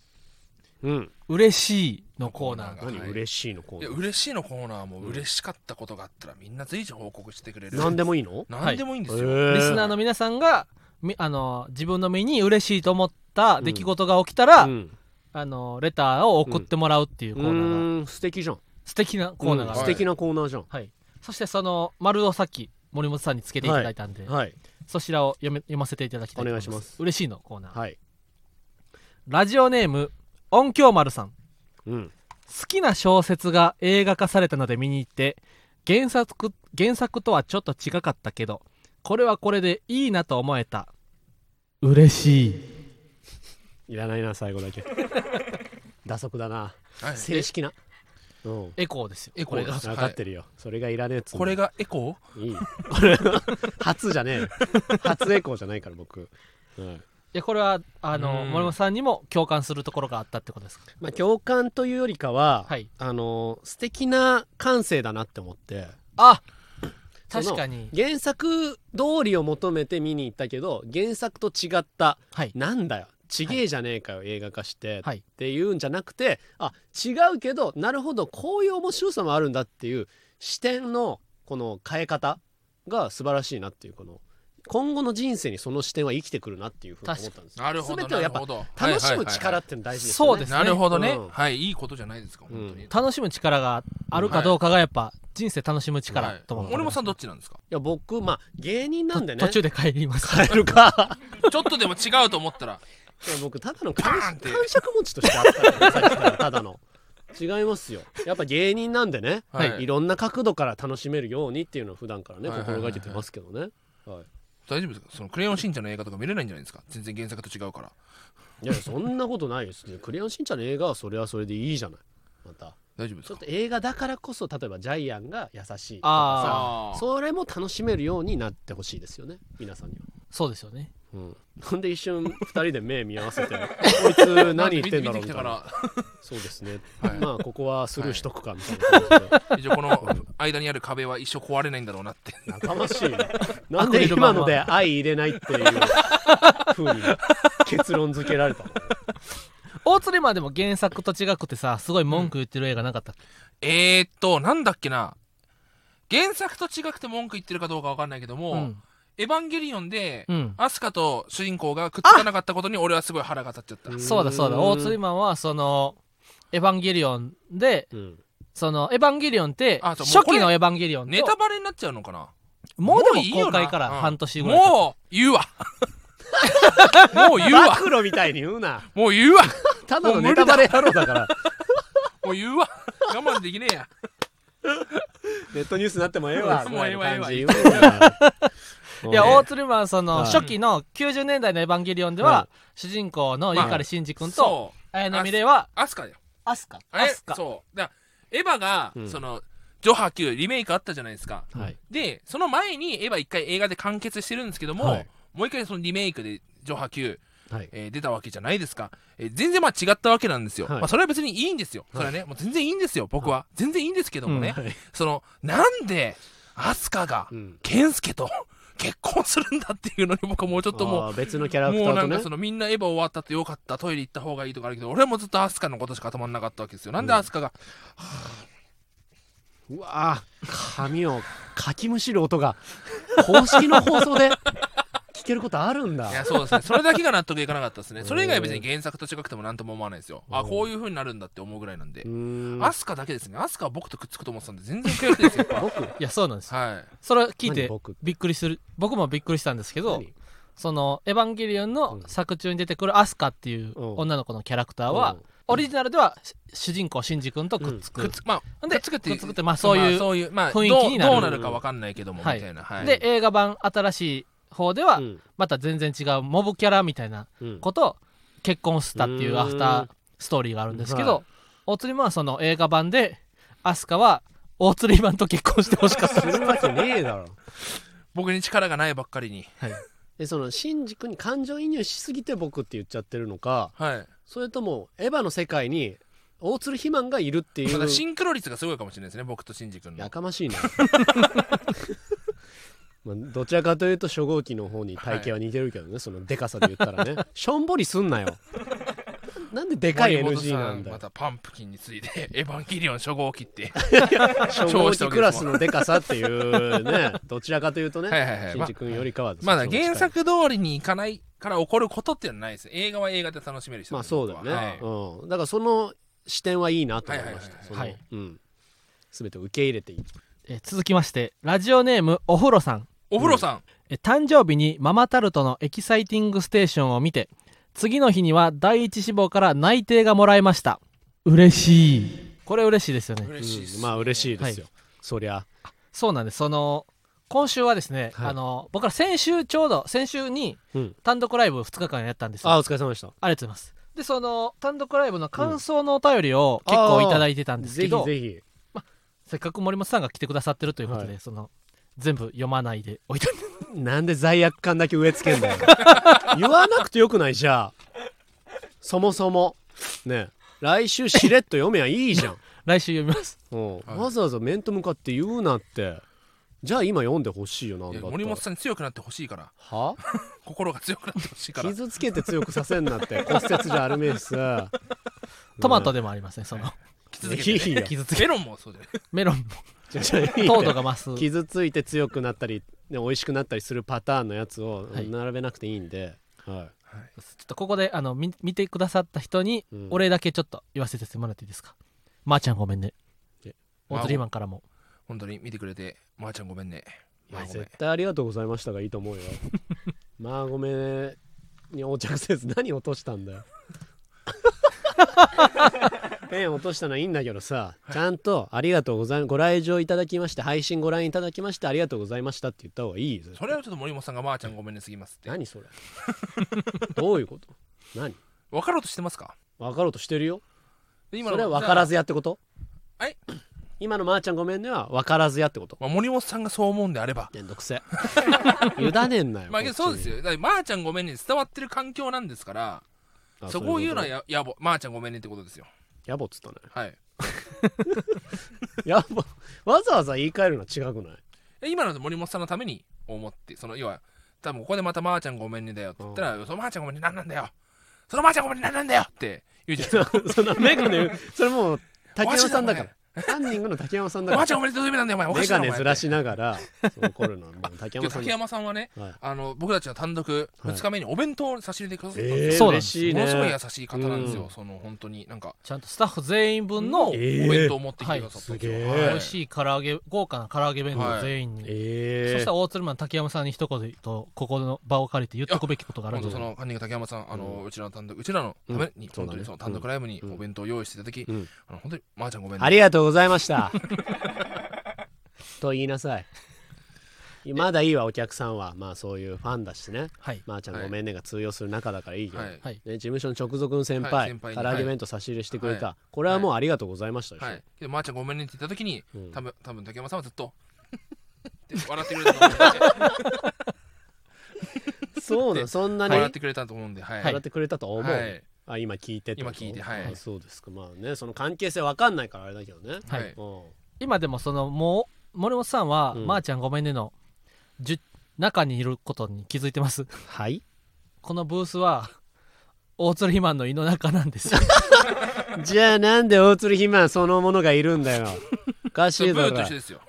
S2: うん、
S1: 嬉しいのコーナーが。
S3: はい
S2: 何嬉しいのこ
S3: いや
S2: う
S3: 嬉しいのコーナーも嬉しかったことがあったらみんな随時報告してくれる
S2: 何でもいいの
S3: 何でもいいんですよ、
S1: リスナーの皆さんが、みあの、自分の身に嬉しいと思った出来事が起きたら、
S2: うん
S1: あの、レターを送ってもらうっていうコーナーが、
S2: うーん素敵じゃん
S1: 素敵なコーナーがあ
S2: うん
S1: る、
S2: 素敵なコーナーじゃん
S1: はい。そしてその、丸をさっき、森本さんにつけていただいたんで、
S2: はい
S1: そちらを読め読ませていただきたいと思います。
S2: お願いします
S1: 嬉しいのコーナー。
S2: はい
S1: ラジオネーム、音響丸さん。
S2: うん
S1: 好きな小説が映画化されたので見に行って原作原作とはちょっと違かったけどこれはこれでいいなと思えた嬉しい
S2: いらないな最後だけ打足だな
S3: はい
S2: 正式なうん
S1: エコーですよ
S3: エコ
S1: これ
S3: ー
S1: が
S3: だ
S2: 分かってるよそれがいらねえっつうの
S3: これがエコ
S2: いいこれ初じゃねえよ初エコーじゃないから僕うん
S1: いやこれはあの
S3: うん
S1: 森本さんにも共感するところがあったってことですか
S2: まあ、共感というよりかは、
S1: はい
S2: あの素敵な感性だなって思って
S1: あ
S2: その
S1: 確かに
S2: 原作通りを求めて見に行ったけど原作と違った
S1: はい
S2: なんだよちげえじゃねえかよ、映画化して、
S1: はい
S2: っていうんじゃなくてあ違うけどなるほどこういう面白さもあるんだっていう視点のこの変え方が素晴らしいなっていうこの今後の人生にその視点は生きてくるなっていうふうに思ったんですよ
S3: なるほど
S2: 全てを
S3: な
S2: や
S3: る
S2: っぱ
S3: ほど
S2: 楽しむ力
S3: は
S2: っての大事です
S1: そ
S2: よ
S1: うで
S2: ね
S3: いはいはい
S1: すね
S3: なるほどね、
S2: うん
S3: はいいいことじゃないですか本当に、
S2: うん
S1: 楽しむ力があるかどうかがやっぱ人生楽しむ
S3: は
S1: 力
S3: い
S1: と思ってお
S3: 俺
S1: り
S3: も
S1: ます
S3: さんどっちなんですか
S2: いや僕まあ芸人なんでね
S1: 途中で帰ります
S2: 変えるか
S3: ちょっとでも違うと思ったら
S2: いや僕ただの感
S3: バーンって
S2: 感触持ちとしてあったからねさっきからただの違いますよやっぱ芸人なんでね、
S3: はい
S2: い、ろんな角度から楽しめるようにっていうのを普段からね
S3: はいはいはい
S2: 心
S3: はい
S2: がけてますけどね、はい
S3: 大丈夫ですかそのクレヨンしんちゃんの映画とか見れないんじゃないですか全然原作と違うから
S2: いやそんなことないですね「クレヨンしんちゃん」の映画はそれはそれでいいじゃないまた
S3: 大丈夫で
S2: ち
S3: す
S2: ょっ
S3: か
S2: と映画だからこそ例えばジャイアンが優しいとか
S1: あ
S2: さ
S3: あ
S2: それも楽しめるようになってほしいですよね皆さんには。
S1: そうですよね
S2: うん、なんで一瞬2人で目見合わせてこいつ何言ってんだろうみ
S3: 見て
S2: た
S3: きた
S2: い
S3: か
S2: な
S3: ら
S2: そうですね、
S3: はい
S2: まあここはスルーしとくかみたいな感じで
S3: 一応この 間にある壁は一生壊れないんだろうなって
S2: やかましい ななんで今ので愛入れないっていうふうに結論付けられたの
S1: 大釣りマンでも原作と違くてさすごい文句言ってる映画なかったっけ、
S3: えー、っとなんだっけな原作と違くて文句言ってるかどうかわかんないけども、
S1: うん
S3: エヴァンゲリオンで、
S1: うん
S3: アスカと主人公がくっつかなかったことに俺はすごい腹が立っちゃった
S2: うん
S1: そうだそうだ大釣りマンはそのエヴァンゲリオンで
S2: うん
S1: そのエヴァンゲリオンって
S3: あそう
S1: 初
S3: もうこれ
S1: 期のエヴァンゲリオンと
S3: ネタバレになっちゃうのかな
S1: もうで
S3: いい
S1: も
S3: よ
S1: 公
S3: な
S1: 開から
S3: うん
S1: 半年ぐらい経つ
S3: もう言う わもう言うわ
S2: 暴露みたいに言うな
S3: もう言うわ
S2: ただのネタバレ野郎だから
S3: もう言うわ我慢できねえや
S2: ネットニュースになってもええわ
S3: もうええわええわ
S2: みたいな感じ言うな
S1: いや、
S2: もう
S1: 大
S2: ね
S1: 鶴マン、その、
S2: はい
S1: 初期の90年代のエヴァンゲリオンで
S2: は
S1: は、主人公の
S3: まあ
S1: 碇シンジ君と、
S3: そう
S1: 綾波レイは、
S3: アスカよ
S1: アスカ
S3: あ
S1: ア
S3: れ
S1: スカ。
S3: そうだエヴァが、
S2: うん
S3: そのジョハ9リメイクあったじゃないですか、
S2: はい
S3: でその前にエヴァ一回映画で完結してるんですけども、
S2: はい
S3: もう一回そのリメイクでジョハ9、
S2: はい
S3: えー出たわけじゃないですか、えー全然まあ違ったわけなんですよ、
S2: はい
S3: まあ、それは別にいいんですよそれはね、もう全然いいんですよ僕は、全然いいんですけどもね、
S1: うん
S2: はい
S3: そのなんでアスカが
S2: うん
S3: 健介と結婚するんだっていうのに僕はもうちょっとも
S2: あー別のキャ
S3: う
S2: ラクタ
S3: もう
S2: ー
S3: な
S2: と
S3: ん
S2: ね
S3: かそのみんなエヴァ終わったってよかったトイレ行った方がいいとかあるけど俺はもうずっとアスカのことしか頭になかったわけですよなんでアスカが、
S2: うわー髪をかきむしる音が公式の放送で聞けることあるんだ
S3: いやそうですねそれだけが納得いかなかったですね
S2: ん
S3: それ以外は別に原作と違くても何とも思わないですよあこういう風になるんだって思うぐらいなんで
S2: うーん
S3: アスカだけですねアスカは僕とくっつくと思ってたんで全然悔しいですよやっ
S2: 僕
S1: いや、そうなんですよ。
S3: ぱはい
S1: それを聞い
S2: 何
S1: て
S2: 僕、
S1: びっくりする。僕もびっくりしたんですけど
S2: 何、
S1: その、エヴァンゲリオンの
S2: うん
S1: 作中に出てくるアスカっていう
S2: うん
S1: 女の子のキャラクターは
S2: うん、
S1: オリジナルでは、し主人公シンジ君とくっつ
S3: くっ
S1: く。
S3: つまあ
S1: んで
S3: くっつくって
S1: くっつくってまあそういう
S3: まそういうまあ
S1: 雰囲気になる
S3: どうどうなるかわかんないけどもみ
S1: は
S3: た
S1: い
S3: いなはい
S1: で、映画版新しい方では
S2: う、ん
S1: また全然違うモブキャラみたいな
S2: うん
S1: こと結婚したっていううんアフターストーリーがあるんですけ
S2: はい
S1: ど、大釣りマンはその映画版でアスカは大釣りマンと結婚してほしかっ
S2: す るわけねえだろ
S3: 僕に力がないばっかりに
S1: た、はい、
S2: えそのシンジ君に感情移入しすぎて僕って言っちゃってるのか
S3: はい
S2: それともエヴァの世界に大鶴肥満がいるってい
S3: だから
S2: う
S3: シンクロ率がすごいかもしれないですね僕とシンジ君の
S2: やかましいな、 まあ、どちらかというと初号機の方に体型は似てるけどね、そのでかさで言ったら ねしょんぼりすんなよなんででかい
S3: 森本
S2: NG
S3: さ
S2: なんだよ
S3: またパンプキンについてエヴァンゲリオン初号機って
S2: 初号機クラスのでかさっていうね どちらかというとね、
S3: はいはいはい
S2: シンジ君よりかは
S3: まだ
S2: そっちの方が
S3: 原
S2: 近い
S3: 作通りにいかないから起こることっていうのはないです映画は映画で楽しめる人
S2: まあそうだよね、
S3: はい
S2: うん、だからその視点はいいなと思いました
S3: はいはいはいはい
S2: その
S1: はい
S2: うん、全てを受け入れていい
S1: えー続きましてラジオネームお風呂さん
S3: お風呂さん、
S1: えー誕生日にママタルトのエキサイティングステーションを見て次の日には第一志望から内定がもらえました嬉しいこれ嬉しいですよね
S3: 嬉しいっす、
S2: うんまあ嬉しいですよ、
S1: は
S2: そりゃ
S1: そうなんですその今週はですね、
S2: はい
S1: あの僕ら先週ちょうど先週に
S2: うん
S1: 単独ライブ2日間やったんですよ
S2: あお疲れ様でした
S1: ありがとうございます。で、その、単独ライブの感想のお便りを結構いただいてたんですけ
S2: ぜひ
S1: ど、
S2: ぜひ
S1: せっかく森本さんが来てくださってるということで、
S2: は
S1: その、全部読まないでおいたんで
S2: なんで罪悪感だけ植え付けんだ よ言わなくてよくないじゃあそもそもね来週しれっと読めばいいじゃ ん、
S1: 来週読みます。
S2: うん
S3: はい
S2: わざわざ面と向かって言うなってじゃあ今読んでほしいよなんだ
S3: いや
S2: ったら
S3: 森本さんに強くなってほしいから
S2: は
S3: 心が強くなってほしいから
S2: 傷つけて強くさせんなって骨折じゃあるめえしさ
S1: トマトでもありますね、その。
S3: 傷つけて、
S2: い
S3: ね、
S2: いよ
S1: 傷つけ
S3: メロンもそうじゃない
S1: メロンも
S2: じゃじゃいいっ て
S1: 糖度が増す
S2: 傷ついて強くなったり、ね、美味しくなったりするパターンのやつを
S1: はい
S2: 並べなくていいんで、は
S1: ちょっとここであの見見てくださった人に
S2: うん
S1: お礼だけちょっと言わせてもらっていいですか、まーちゃんごめんね
S2: え
S1: オーズリーマンからも
S3: 本当に見てくれてまー、ちゃんごめんね
S2: い、い
S3: ま
S2: や
S3: あごめん
S2: 絶対ありがとうございましたがいいと思う よまあごめんに横着せず何落としたんだ よペン落としたのはいいんだけどさちゃんと「ありがとうございますご来場いただきまして配信ご覧いただきましてありがとうございました」って言った方がいいよ
S3: それはちょっと森本さんがまー、ちゃんごめんねすぎますって
S2: 何それどういうこと何
S3: 分かろうとしてますか
S2: 分かろうとしてるよ
S3: 今
S2: それは分から
S3: ず、
S2: ずやってこと
S3: はい
S2: 今のまーちゃんごめんねは分からずやってこと
S3: まあ、森本さんがそう思うんであれば
S2: めんどくせ え委ねんなよ
S3: まあ
S2: こ
S3: け
S2: っちに
S3: どそうですよだからまー、ちゃんごめんねに伝わってる環境なんですから
S2: あ
S3: そこを言うのは
S2: そいこ
S3: ややぼまー、ちゃんごめんねってことですよ
S2: とやぼっつったね
S3: はい
S2: やぼわざわざ言い換えるのは違くない
S3: え今の森本さんのために思ってその要は多分ここでまたまー、ちゃんごめんねだよって言ったら、そのまー、ちゃんごめんねなんなんだよそのまー、ちゃんごめんねなんなんだよって言うじゃないです
S2: そ
S3: か
S2: のメガネそれもう竹山さんだからカンニングの竹山さんだ
S3: ま
S2: か
S3: ー、ちゃん
S2: ら
S3: ごめんねどういう意味なんだよお前おか
S2: メ
S3: しい
S2: ガ
S3: なお前
S2: ネずらしながらそう怒るのはもう竹山さ
S3: 今日
S2: ん
S3: 竹
S2: だ
S3: 山さんはね、
S2: はい
S3: あの僕たちの単独
S2: はい
S3: 2日目にお弁当を差し入れてくださったん
S2: え
S3: ですよ、
S2: ー、
S1: そうなんで
S2: 嬉
S1: すよ
S2: しい
S3: ものすごい
S2: ね
S3: 優しい方なんですよ、
S2: うん
S3: その本当になんか
S1: ちゃんとスタッフ全員分の
S3: お
S1: 美
S2: えー
S3: 弁当を持ってきてくださったんですよ、
S2: はいすげえ
S3: はい
S1: 味しい唐揚げ豪華な唐揚げ弁当全員に、そ
S2: え
S1: したら大鶴マン竹山さんに一言とここの場を借りて言っておくべきことがあるん
S3: 本
S1: じゃ
S3: 当そ
S1: ない
S3: のカンニング竹山さん、あのうちらの単独うちらのために、
S2: うん
S3: 本当にそ
S2: そうだね
S3: の単独ライブにお弁当を用意していただき、
S2: うん
S3: あの本当にまー、ちゃんごめん
S2: あ
S3: ね
S2: りがとうございました。と言いなさい。まだいいわ、お客さんは。まあそういうファンだしね。
S1: はい、
S2: まあちゃん
S3: はい
S2: ごめんねが通用する中だからいいけど。
S3: は
S2: ね
S3: い、
S1: はい、
S2: 事務所の直属の先
S3: は
S2: 輩
S3: い先、輩に
S2: 唐揚げ弁当差し入れしてくれ
S3: は
S2: た。これはもうありがとうございましたでしょ
S3: はい、でまー、ちゃんごめんねって言った時に、
S2: うん
S3: 多分多分竹山さんはずっと って笑ってくれたと思うんで
S2: そうなん、そんなに
S3: 笑っ
S2: 笑
S3: てくれたと思うんではい、
S1: は
S3: はいい
S2: ってくれたと思う。あ、今聞いてってこと
S3: 今聞いてはい
S2: あそうですか。まあね、その関係性わかんないからあれだけどね。
S1: はい
S3: はい
S2: うん
S1: 今でもそのもう森本さんは、
S2: うん
S1: まーちゃんごめんねのじゅ中にいることに気づいてます
S2: はい
S1: このブースは大鶴ひまんの胃の中なんですよ
S2: じゃあなんで大鶴ひまそのものがいるん だよ。おかし
S3: そ
S2: い
S3: れブ
S2: だ
S3: ーと
S2: ろ
S3: 一緒。ですよ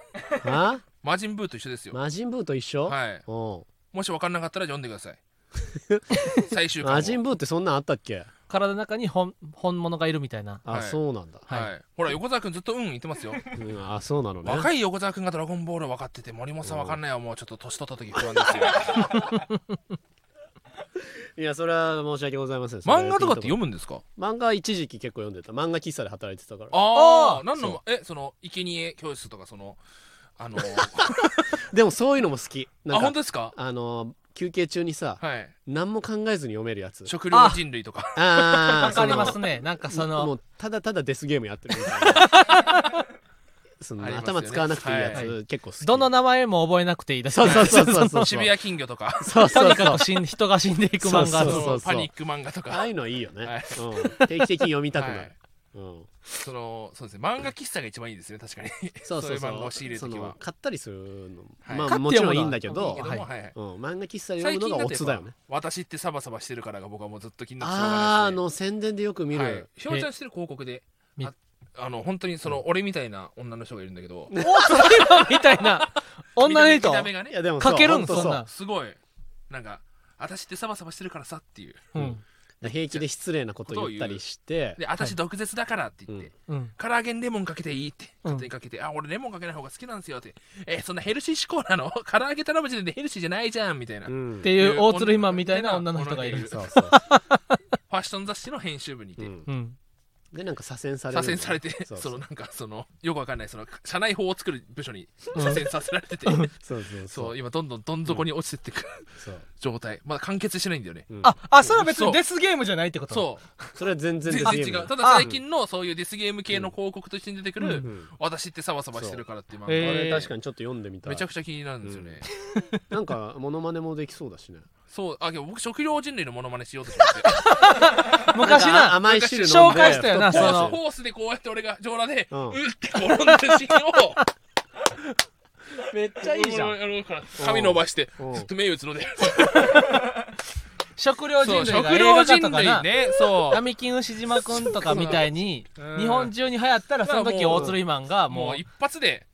S2: あ
S3: マジンブーと一緒ですよ、
S2: 魔人ブーと一緒
S3: はい
S2: お
S3: もし分かんなかったら読んでくだ さい最終
S2: う
S3: 巻を
S2: 魔人ブーってそんなんあったっけ
S1: 体の中に本本物がいるみたいな
S2: あ、
S3: はい
S2: そうなんだ、
S3: はい、ほら横澤君ずっとうん言ってますよ
S2: うん、あそうなのね
S3: 若い横澤君がドラゴンボール分かってて森本さん分かんないよもうちょっと年取った時不安 ですよ
S2: いやそれは申し訳ございません
S3: 漫画とかって読
S2: む
S3: むんですか
S2: 漫画は一時期結構読んでた漫画喫茶で働いてたから
S3: ああ何
S2: そ
S3: のえその生贄教室とかその あの
S2: でもそういうのも好き
S3: あ
S2: なん
S3: 本
S2: か
S3: 当ですか
S2: あのー休憩中にさ、
S3: はい
S2: 何も考えずに読めるやつ
S3: 食料人類とか
S2: あ
S1: わ
S2: あ
S1: かりますねなんかそ
S2: も
S1: の
S2: うただただデスゲームやってるみたいな その
S3: ありますよ
S2: 頭
S3: ね
S2: 使わなくていいやつ、
S1: は
S2: 結構好き
S1: どの名前も覚えなくていいだし
S2: そうそうそうそうそう
S3: 渋谷金魚とか
S2: そ
S1: と
S2: うそう
S1: に
S2: そ
S1: か
S2: う
S1: く死ん人が死んでいく漫画
S2: そう
S1: の
S2: そうそう
S3: パニック漫画と
S2: ああ
S3: か
S2: いうのいいよね、
S3: はい
S2: うん、定期的に読みたくなる、
S3: はい
S2: うん
S3: そのそうですね漫画喫茶が一番いいですね確かに
S2: そうそう
S3: そう
S2: そ
S3: いう漫
S2: う
S3: 画を仕入れる
S2: そ
S3: 時
S2: の
S3: は
S2: 買ったりするの、
S3: はい
S2: まあ
S1: 買って
S2: もちろ
S1: 読むのは
S2: んいいんだけ
S1: そ
S2: ど
S1: う
S3: いいけ
S1: はい
S3: もはいはい
S2: うん、漫画喫茶で読
S3: 最
S2: むの
S3: 近
S2: が
S3: だ
S2: オ
S3: とや
S2: ツ
S3: っ
S2: だよ
S3: ぱ
S2: ね
S3: 私ってサバサバしてるからが僕はもうずっと気になってしょうが
S2: ああーあ
S3: ないですね
S2: の宣伝でよく見る、
S3: はい、ひょうちゃんしてる広告で
S1: み
S3: ああの本当にその俺みたいな女の人がいるんだけど
S1: 大鶴ひまんみたいな女の
S3: 見
S1: 人
S3: た見た目が
S2: い
S3: ね
S2: やでも
S1: かけるん
S2: そう
S1: そん
S2: ほ
S1: なん
S2: と、
S3: すごいなんか私ってサバサバしてるからさっていう
S1: うん
S2: そう平気で失礼なこと言ったりして
S3: で私毒舌だからって言って、
S2: うん
S1: うん
S3: 唐揚げにレモンかけていいって
S1: うん
S3: 勝手にかけて、あ俺レモンかけない方が好きなんですよってえそんなヘルシー思考なの唐揚げ頼む時点でヘルシーじゃないじゃんみたいな、
S2: う
S3: フ
S2: ん
S1: っていう大鶴ひまんみたいな女の人がいる
S2: そうそう、
S3: ァッション雑誌の編集部にいて、
S2: うん
S1: うん
S2: でなんか左遷される
S3: 左遷されて
S2: そ
S3: そう
S2: そう
S3: のなんかそのよくわかんないその社内法を作る部署に左遷させられてて、
S2: そうそうそ
S3: そうう今どんどんどん底に落ちてってくる、
S2: そう
S3: 状態まだ完結してないんだよね、
S2: うん
S1: ああそれは別にデスゲームじゃないってこと
S3: そう
S2: それは全然
S3: 全
S2: デス
S3: 然
S2: ゲー
S3: 違
S2: ム
S3: うただ最近のそういうディスゲーム系の広告として出てくる、
S2: うん
S3: 私ってサバサバしてるからっていう漫画、
S1: そう
S2: あれ
S1: えー
S2: 確かにちょっと読んでみたい
S3: めちゃくちゃ気になるんですよね、
S2: うんなんかモノマネもできそうだしね
S3: そうあけど僕食料人類のモノマネしようと しまして
S1: 昔
S2: なんか
S1: な
S2: 甘い汁飲んで
S1: 紹介したよな
S2: 太っ
S1: そ
S2: て
S1: の
S3: ホースでこうやって俺が上裸で
S2: う
S3: うんんって転んでるシーンを
S2: めっちゃいいじゃん
S3: 俺がやろうから髪伸ばして
S2: うん
S3: ずっと目打つので
S1: 食料
S3: そ
S1: 人類
S3: う食
S1: が映
S3: 料
S1: 画化
S3: 人
S1: とか
S3: 類
S1: な
S3: ねそ
S1: アミキン牛島くんとかみたいに
S3: う
S1: 日本
S3: 人
S1: 中に流行ったらその
S3: い
S1: 時
S3: やもう
S1: 大鶴ひまんが
S3: も
S1: も
S3: う
S1: う
S3: 一発で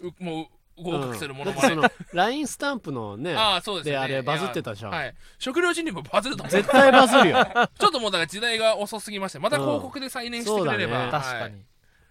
S3: うもう合格するもの
S2: だ
S3: ま
S2: ってそ
S3: ね
S2: の LINE スタンプのね
S3: ああそうですよね
S2: であれバズってたじゃん
S3: いやはい、食料人類もバズると思う
S2: 絶対バズ るよ
S3: ちょっともうだから時代が遅すぎましてまた広告で再燃してくれれば、
S2: うん
S3: はい
S1: 確かに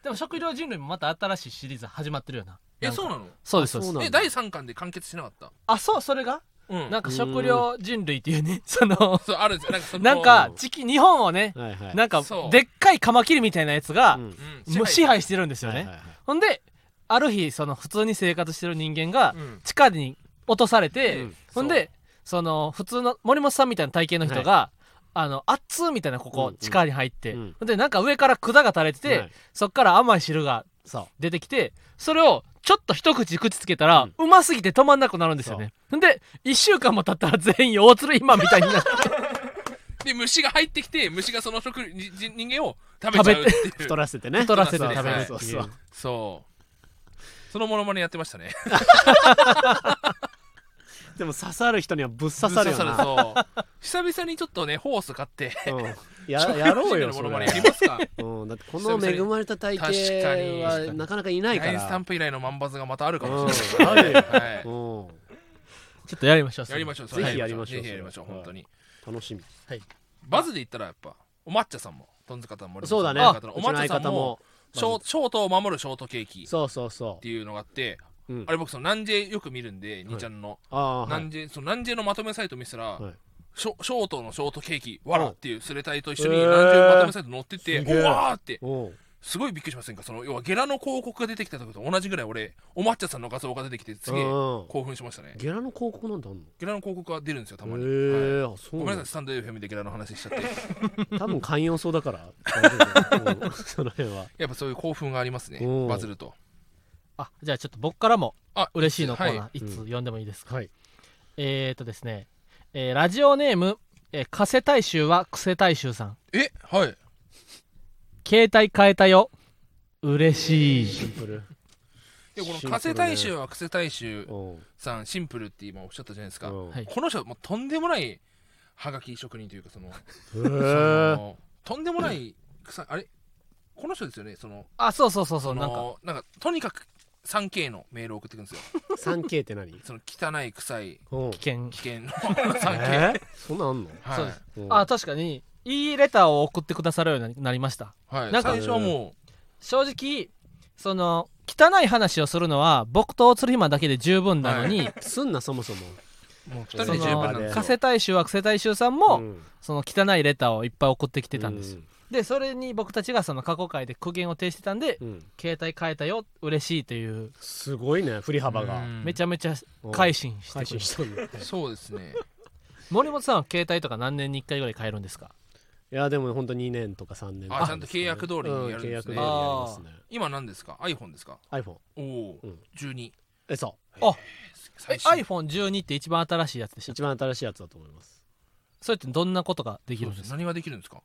S1: でも食料人類もまた新しいシリーズ始まってるよな
S3: えそう
S1: な
S3: なん
S1: か
S3: の
S1: そうですそうで
S2: そう
S1: す
S2: なんだ
S3: え第3巻で完結しなかった
S1: あそうそれが
S3: うん
S1: なんか食料人類っていうねその
S3: そうあるんですよなんかその
S1: なんか地球日本をね
S2: はいはい
S1: なんか
S3: そう
S1: でっかいカマキリみたいなやつが
S2: うん
S3: うん
S1: もう支配してるんですよ
S2: はい
S1: ね
S2: はいはい
S1: ほんである日その普通に生活してる人間が
S3: うん
S1: 地下に落とされて、
S2: うん
S1: ほんでその普通の森本さんみたいな体型の人が、あのあっつーみたいなここ、
S2: うん
S1: 地下に入って、
S2: うん
S1: ほんでなんか上から管が垂れてて、
S2: はい
S1: そっから甘い汁が
S2: そ
S1: 出てきてそれをちょっと一口口つけたら、
S2: う
S1: うんますぎて止まんなくなるんですよねほんで1週間も経ったら全員大鶴今みたいになって
S3: で虫が入ってきて虫がその食人人間を食べちゃうっていう
S2: う太らせてね
S1: 太らせて食べるっていう、
S3: はい
S2: そうそう
S3: そうそのモノマネやってましたね
S2: でも刺さる人にはぶっ刺さるよ
S3: ぶっ
S2: な
S3: 刺さるそう久々にちょっとねホース買って
S2: うん ややろう よ
S3: モ
S2: そ
S3: ノ
S2: れ
S3: マネやりますか
S2: うんだってこの恵まれた体型
S3: 確かに確
S2: はなかなかいないか
S3: LINE スタ
S2: ら
S3: ンプ以来の万発がまたあるかもし
S2: う
S3: れ
S2: ん
S3: な
S2: あ
S3: い
S2: るよ
S3: はい
S2: うん
S1: ちょっとやりましょう
S3: やりましょう
S2: ぜひやりましょう
S3: ぜひやりましょう
S2: それ
S3: 本当に
S2: 楽しみ
S3: バズで言ったらやっぱお抹茶さんもとんず方も
S2: そうだね
S3: お
S2: うちの
S3: 抹茶
S2: 相
S3: さん
S2: 方
S3: も
S2: も
S3: ショーショートを守るショートケーキっ
S2: そうそうそ
S3: ていうのがあって
S2: ううん
S3: あれ僕その南ジェよく見るんで兄ちゃんの
S2: ああはい
S3: 南ジェその南ジェのまとめサイト見せたら
S2: はい
S3: ショショートのショートケーキわらっていうスレタイと一緒に
S2: へー
S3: 南ジェのまとめサイト載ってて
S2: すげえ
S3: うわーって
S2: うん
S3: すごいびっくりしませんかその要はゲラの広告が出てきた時と同じぐらい俺お抹茶さんの画像が出てきてすげえ
S2: うん
S3: 興奮しましたね
S2: ゲラの広告なんてあんの
S3: ゲラの広告が出るんですよたまに、はい
S2: へえあそう
S3: ごめん
S2: な
S3: なんさ
S2: だ
S3: いスタンド FM でゲラの話しちゃって
S2: 多分寛容そうだ から大丈夫うんその辺は
S3: やっぱそういう興奮がありますね
S2: うん
S3: バズると
S1: あじゃあちょっと僕からも
S3: あ
S1: 嬉しいのコー
S3: は
S1: ナーいつ読んでもいいですか、
S2: はい
S1: えーとですね、えーラジオネーム、えー、加瀬大衆はクセ大衆さん
S3: えはい
S1: 携帯変えたよ嬉しい
S2: シンプル
S3: で
S2: シ
S3: こ
S2: ンプルね
S3: の加瀬大衆は加瀬大衆
S2: うん
S3: さんシンプルって今おっしゃったじゃないですか、
S2: うん
S1: は
S2: へ
S1: い
S3: この人はもうとんでもないはがき職人というかその,、
S2: え
S3: そのとんでもない草あれこの人ですよねその
S1: あそうそうそうそう
S3: そ
S1: なんか
S3: のなんかとにかく 3K のメールを送ってくるんですよ
S2: 3K って何
S3: その汚い臭い
S2: うん
S1: 危険、
S3: 危険の
S2: え
S3: 3K、
S2: ーそんなんあんの
S3: はい
S1: そうです
S2: うん
S1: あ確かにいいレターを送ってくださるようになりました
S3: はい、
S1: なんか
S3: 最初はも
S1: 正直その汚い話をするのは僕と鶴ひまだけで十分なのに、
S2: すんなそもそも
S3: うもう2人
S1: そ
S3: で十分なん
S1: の
S3: です
S1: 加
S3: よ
S1: 瀬大衆は加瀬大衆さんも、
S2: うん
S1: その汚いレターをいっぱい送ってきてたんですよ、
S2: う
S1: でそれに僕たちがその過去回で苦言を呈してたんで、
S2: うん
S1: 携帯変えたよ嬉しいという、
S2: すごいね振り幅が
S1: めちゃめちゃ
S2: うん
S1: 改心して
S2: 返
S1: くる
S2: 信したんだい
S3: そうですね
S1: 森本さんは携帯とか何年に1回ぐらい変えるんですか
S2: やでも本当2年とか3年とか
S3: あちゃんと契約通りにやるんですね
S2: う契約通りにやりますね
S3: 今何ですか iPhone ですか
S2: iPhone
S3: おお、
S2: うん
S3: 12
S2: えそ
S1: え
S3: 最新
S1: iPhone12 って一番新しいやつでし
S2: う
S1: た
S2: 一番新しいやつだと思います
S1: それってどんなことができ
S3: そ
S1: る
S3: うんで
S1: ですすか
S3: 何ができるんですか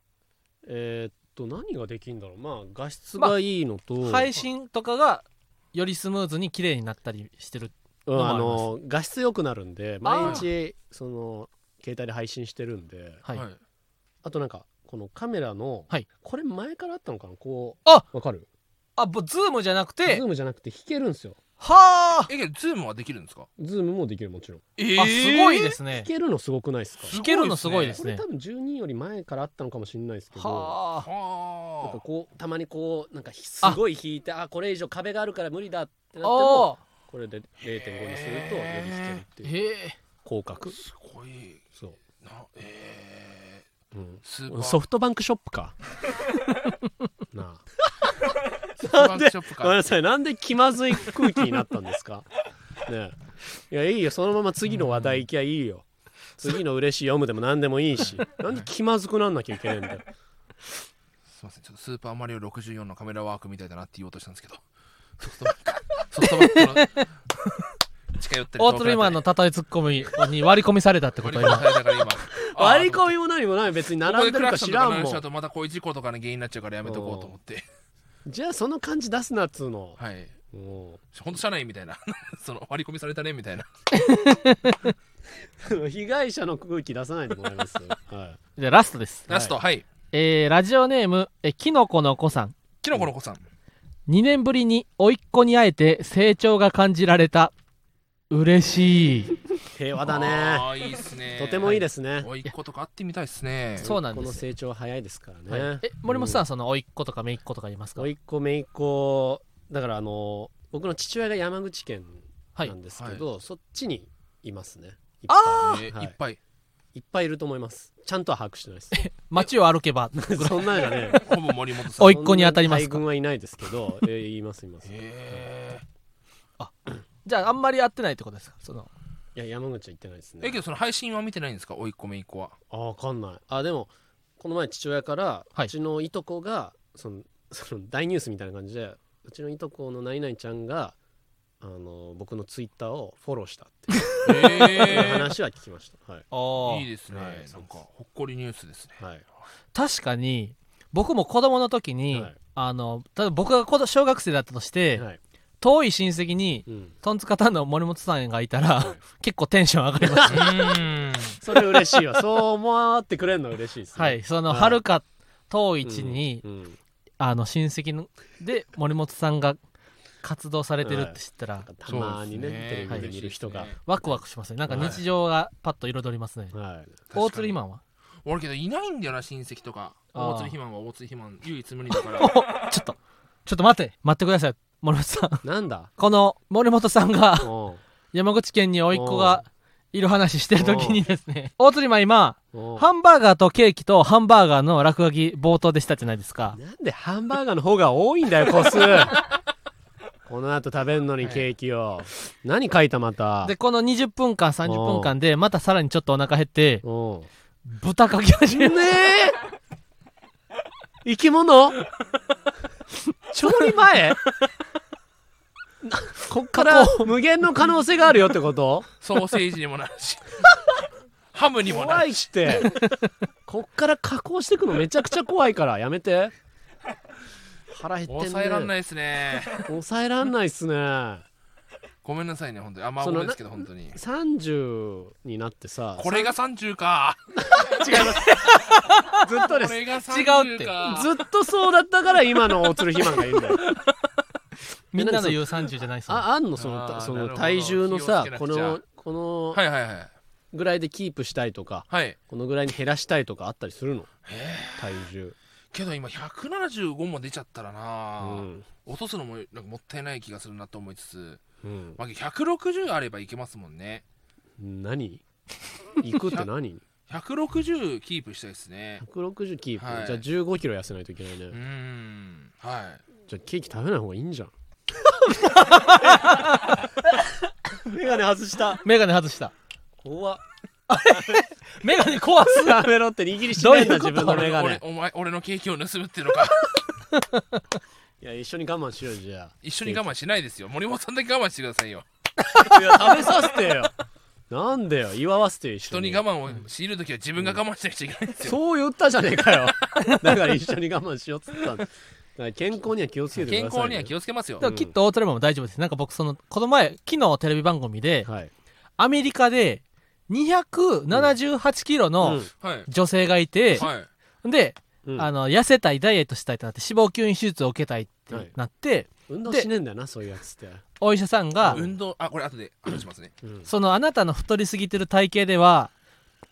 S2: えーっと何ができんだろうまあ画質
S1: ま
S2: が
S1: あ
S2: いいのと、
S1: 配信とかがよりスムーズに綺麗になったりしてる
S2: うん、あ
S1: のもあ
S2: の画質良くなるんで毎日その携帯で配信してるんで
S1: はい、
S2: あとなんかこのカメラの、
S1: はい
S2: これ前からあったのかなこう
S1: あ
S2: わかる
S1: あぼズームじゃなくて
S2: ズームじゃなくて弾けるんですよ
S1: はあ
S3: えけどズームはできるんですか
S2: ズームもできるもちろん
S3: えー
S1: あすごいです
S2: 弾
S1: ね
S2: けるのすごくないですか
S1: 弾けるのすごいで
S2: こ
S1: す
S2: れ
S1: ね
S2: 多分12より前からあったのかもしれないですけど
S1: はあ
S2: なん
S3: は
S2: か
S3: あ
S2: こうたまにこうなんかひすごい弾いてあこれ以上壁があるから無理だってなって
S1: お
S2: も
S1: お
S2: これで0.5にするとより弾けるっていう
S1: へえ
S2: 広角
S3: すごい
S2: そ
S3: なえ
S2: う、うん
S3: ー、スーパー
S2: ソフトバンクショップかな
S3: スーパーワークショップ
S2: あごめん
S3: か
S2: なさいなんで気まずい空気になったんですかねえいやいいよそのまま次の話題行きゃいいよ次の嬉しい読むでも何でもいい しなんで気まずくなんなきゃいけないんだよ
S3: すいませんちょっとスーパーマリオ64のカメラワークみたいだなって言おうとしたんですけどソフトバンクソフトバンク の近寄ってる
S1: 大鶴マンのたたえツッコミに割り込みされたってこと
S3: 割
S1: は今
S3: り込 みされたから今あー
S2: 割り込みも何もない別に
S3: ここ
S2: 並
S3: で
S2: んで
S3: ク
S2: る
S3: ラ
S2: か
S3: クショ
S2: 知
S3: ンとから鳴
S2: ん
S3: ら
S2: も
S3: しちゃ
S2: ん
S3: うとまたこういう事故とかの原因になっちゃうからやめとこうと思って
S2: じゃあその感じ出すなっつうの
S3: はい
S2: も
S3: ほんと社内みたいなその割り込みされたねみたいな
S2: 被害者の空気出さないでもらいます、は
S1: じゃあラストです。
S3: ラストはい
S1: えーラジオネーム、えきのこの子さん。
S3: キノコの子さん
S1: 2年ぶりに甥っ子に会えて成長が感じられた。嬉しい。
S2: い、平和だね
S3: あーいいっすね
S2: とてもいいですすね、
S3: おいっ子とか会ってみたいっすね
S1: そうなんですよ
S2: この成長早いですからね、
S1: はいえ森本さん、その甥っ子とか姪っ子とかいますか
S2: 甥っ子姪っ子だからあの僕の父親が山口県
S1: はい
S2: なんですけど、そっちにいますねいっ
S3: え
S2: ぱい,、
S3: ー
S2: はい
S3: いっぱい
S2: いっぱいいると思いますちゃんとは把握してないです
S1: 街を歩けば
S2: そんなん がね
S3: ほぼ森本さ ん
S1: 甥っ子に当たります
S2: そんな大
S1: か
S2: 群はいないですけど、えー、言います言いますい
S3: へ
S1: じゃああんまり会ってないってことですかその
S2: や山口は行ってないです
S3: ーえ
S2: ね
S3: けどその配信は見てないんですか甥っ子姪っ 子は
S2: あわかんないあでもこの前父親から、
S1: はいう
S2: ちのいとこがその その大ニュースみたいな感じでうちのいとこの何々ちゃんがあの僕のツイッターをフォローしたっていう
S3: へ
S2: 話は聞きました、はい
S3: ー
S1: あ
S3: いいですね
S2: はい
S3: なんかほっこりニュースですね
S2: はい
S1: 確かに僕も子供の時に、
S2: はい
S1: あの例えば僕が子供小学生だったとして、
S2: はい
S1: 遠い親戚に
S2: うん、
S1: トンツカタンの森本さんがいたら、結構テンション上がります
S3: うーん
S2: それ嬉し いわそう思ってくれるの嬉しいですね
S1: はいその
S2: はい
S1: はるか遠い位置に、
S2: うんうん
S1: あの親戚ので森本さんが活動されてるって知ったら、
S2: なんかたまにね
S3: そうですね
S2: テレビで見る人が、
S3: はい
S1: ワクワクしますねなんか日常がパッと彩りますね、
S2: はい
S1: 大鶴ひまんは
S3: 俺けどいないんだよな親戚とか
S1: あー
S3: 大鶴ひまんは大鶴ひまん唯一無二だから
S1: ちょっとちょっと待って待ってください森本さん
S2: なんだ
S1: この森本さん が
S2: おう
S1: 山口県に甥っ子がいる話してる時にですね大鶴ひまん今
S2: おう
S1: ハンバーガーとケーキとハンバーガーの落書き冒頭でしたじゃないですか
S2: なんでハンバーガーの方が多いんだ よ個数この後食べんのにケーキを、何書いたまた
S1: でこの20分間30分間でまたさらにちょっとお腹減って
S2: お
S1: 豚かき始め
S2: う
S1: る
S2: ねえ生き物調理 前こっから無限の可能性があるよってこと
S3: ソーセージにもなる しハムにもな
S2: 怖
S3: る
S2: い ってこっから加工していくのめちゃくちゃ怖いからやめて腹減ってんね
S3: 抑えらんないいですね
S2: 抑えらんないっすね
S3: ごめんなさいね本当に甘
S2: そ
S3: ご
S2: の
S3: めんですけど本当に
S2: 30になってさ
S3: これが30か
S2: 違いますずっと
S3: こ
S2: ですず
S3: れが
S1: 違うっ
S3: 30
S1: て
S3: か
S2: っとそうだったから今の大鶴ひまんがいるんだよ
S1: みんなの言う30じゃないですよ
S2: ああんのそ
S3: あ
S2: の
S3: ー
S2: そ
S3: なる
S2: の
S3: ほど
S2: 体重のさ
S3: 気をつ
S2: こ
S3: けなくちゃ
S2: のこ
S3: はいはいはい
S2: のぐらいでキープしたいとか
S3: はい
S2: このぐらいに減らしたいとかあったりするの体重
S3: けど今175も出ちゃったら
S2: う
S3: な、
S2: ん
S3: 落とすのもなんかもったいない気がするなと思いつつ、
S2: うん
S3: まあ、160あればいけますもんね
S2: 何行くって何
S3: 160キープしたいですね
S2: 160キープ、
S3: はい
S2: じゃあ15キロ痩せないといけないね、
S3: うーんはい
S2: じゃあケーキ食べない方がいいんじゃん メガネ外した
S1: メガネ外した
S2: 怖 っ
S1: メガネ壊す
S2: やめろって握りしめんだ
S1: どう
S2: 自
S1: いうこと
S2: 分のメガネ
S3: 俺
S2: い
S3: お前俺のケーキを盗むっていうのか
S2: や一緒に我慢しようよじゃあ
S3: 一緒に我慢しないですよ森本さんだけ我慢してくださいよ
S2: いや食べさせてよなんだよ祝わせてよ一緒
S3: 人に
S2: に
S3: 我慢を強いるときは自分が我慢しなくちゃいけないんですよ、
S2: そう言ったじゃねえかよだから一緒に我慢しようっつったんだだから健康には気をつけてください
S3: 健
S2: ね、
S3: 康には気をつけますよ
S1: でもきっと大トレマンも大丈夫です。なんか僕その、この前、昨日テレビ番組で、
S2: はい、
S1: アメリカで278キロの
S3: はい
S1: 女性がいて、
S3: はい
S1: で、
S2: うん
S1: あの、痩せたい、ダイエットしたいってなって、脂肪吸引手術を受けたいってなって、
S2: 運動しねえんだよなそういうやつって、
S1: お医者さんが、
S3: 運動あこれ後で話しますね
S2: うん
S1: そのあなたの太りすぎてる体型では、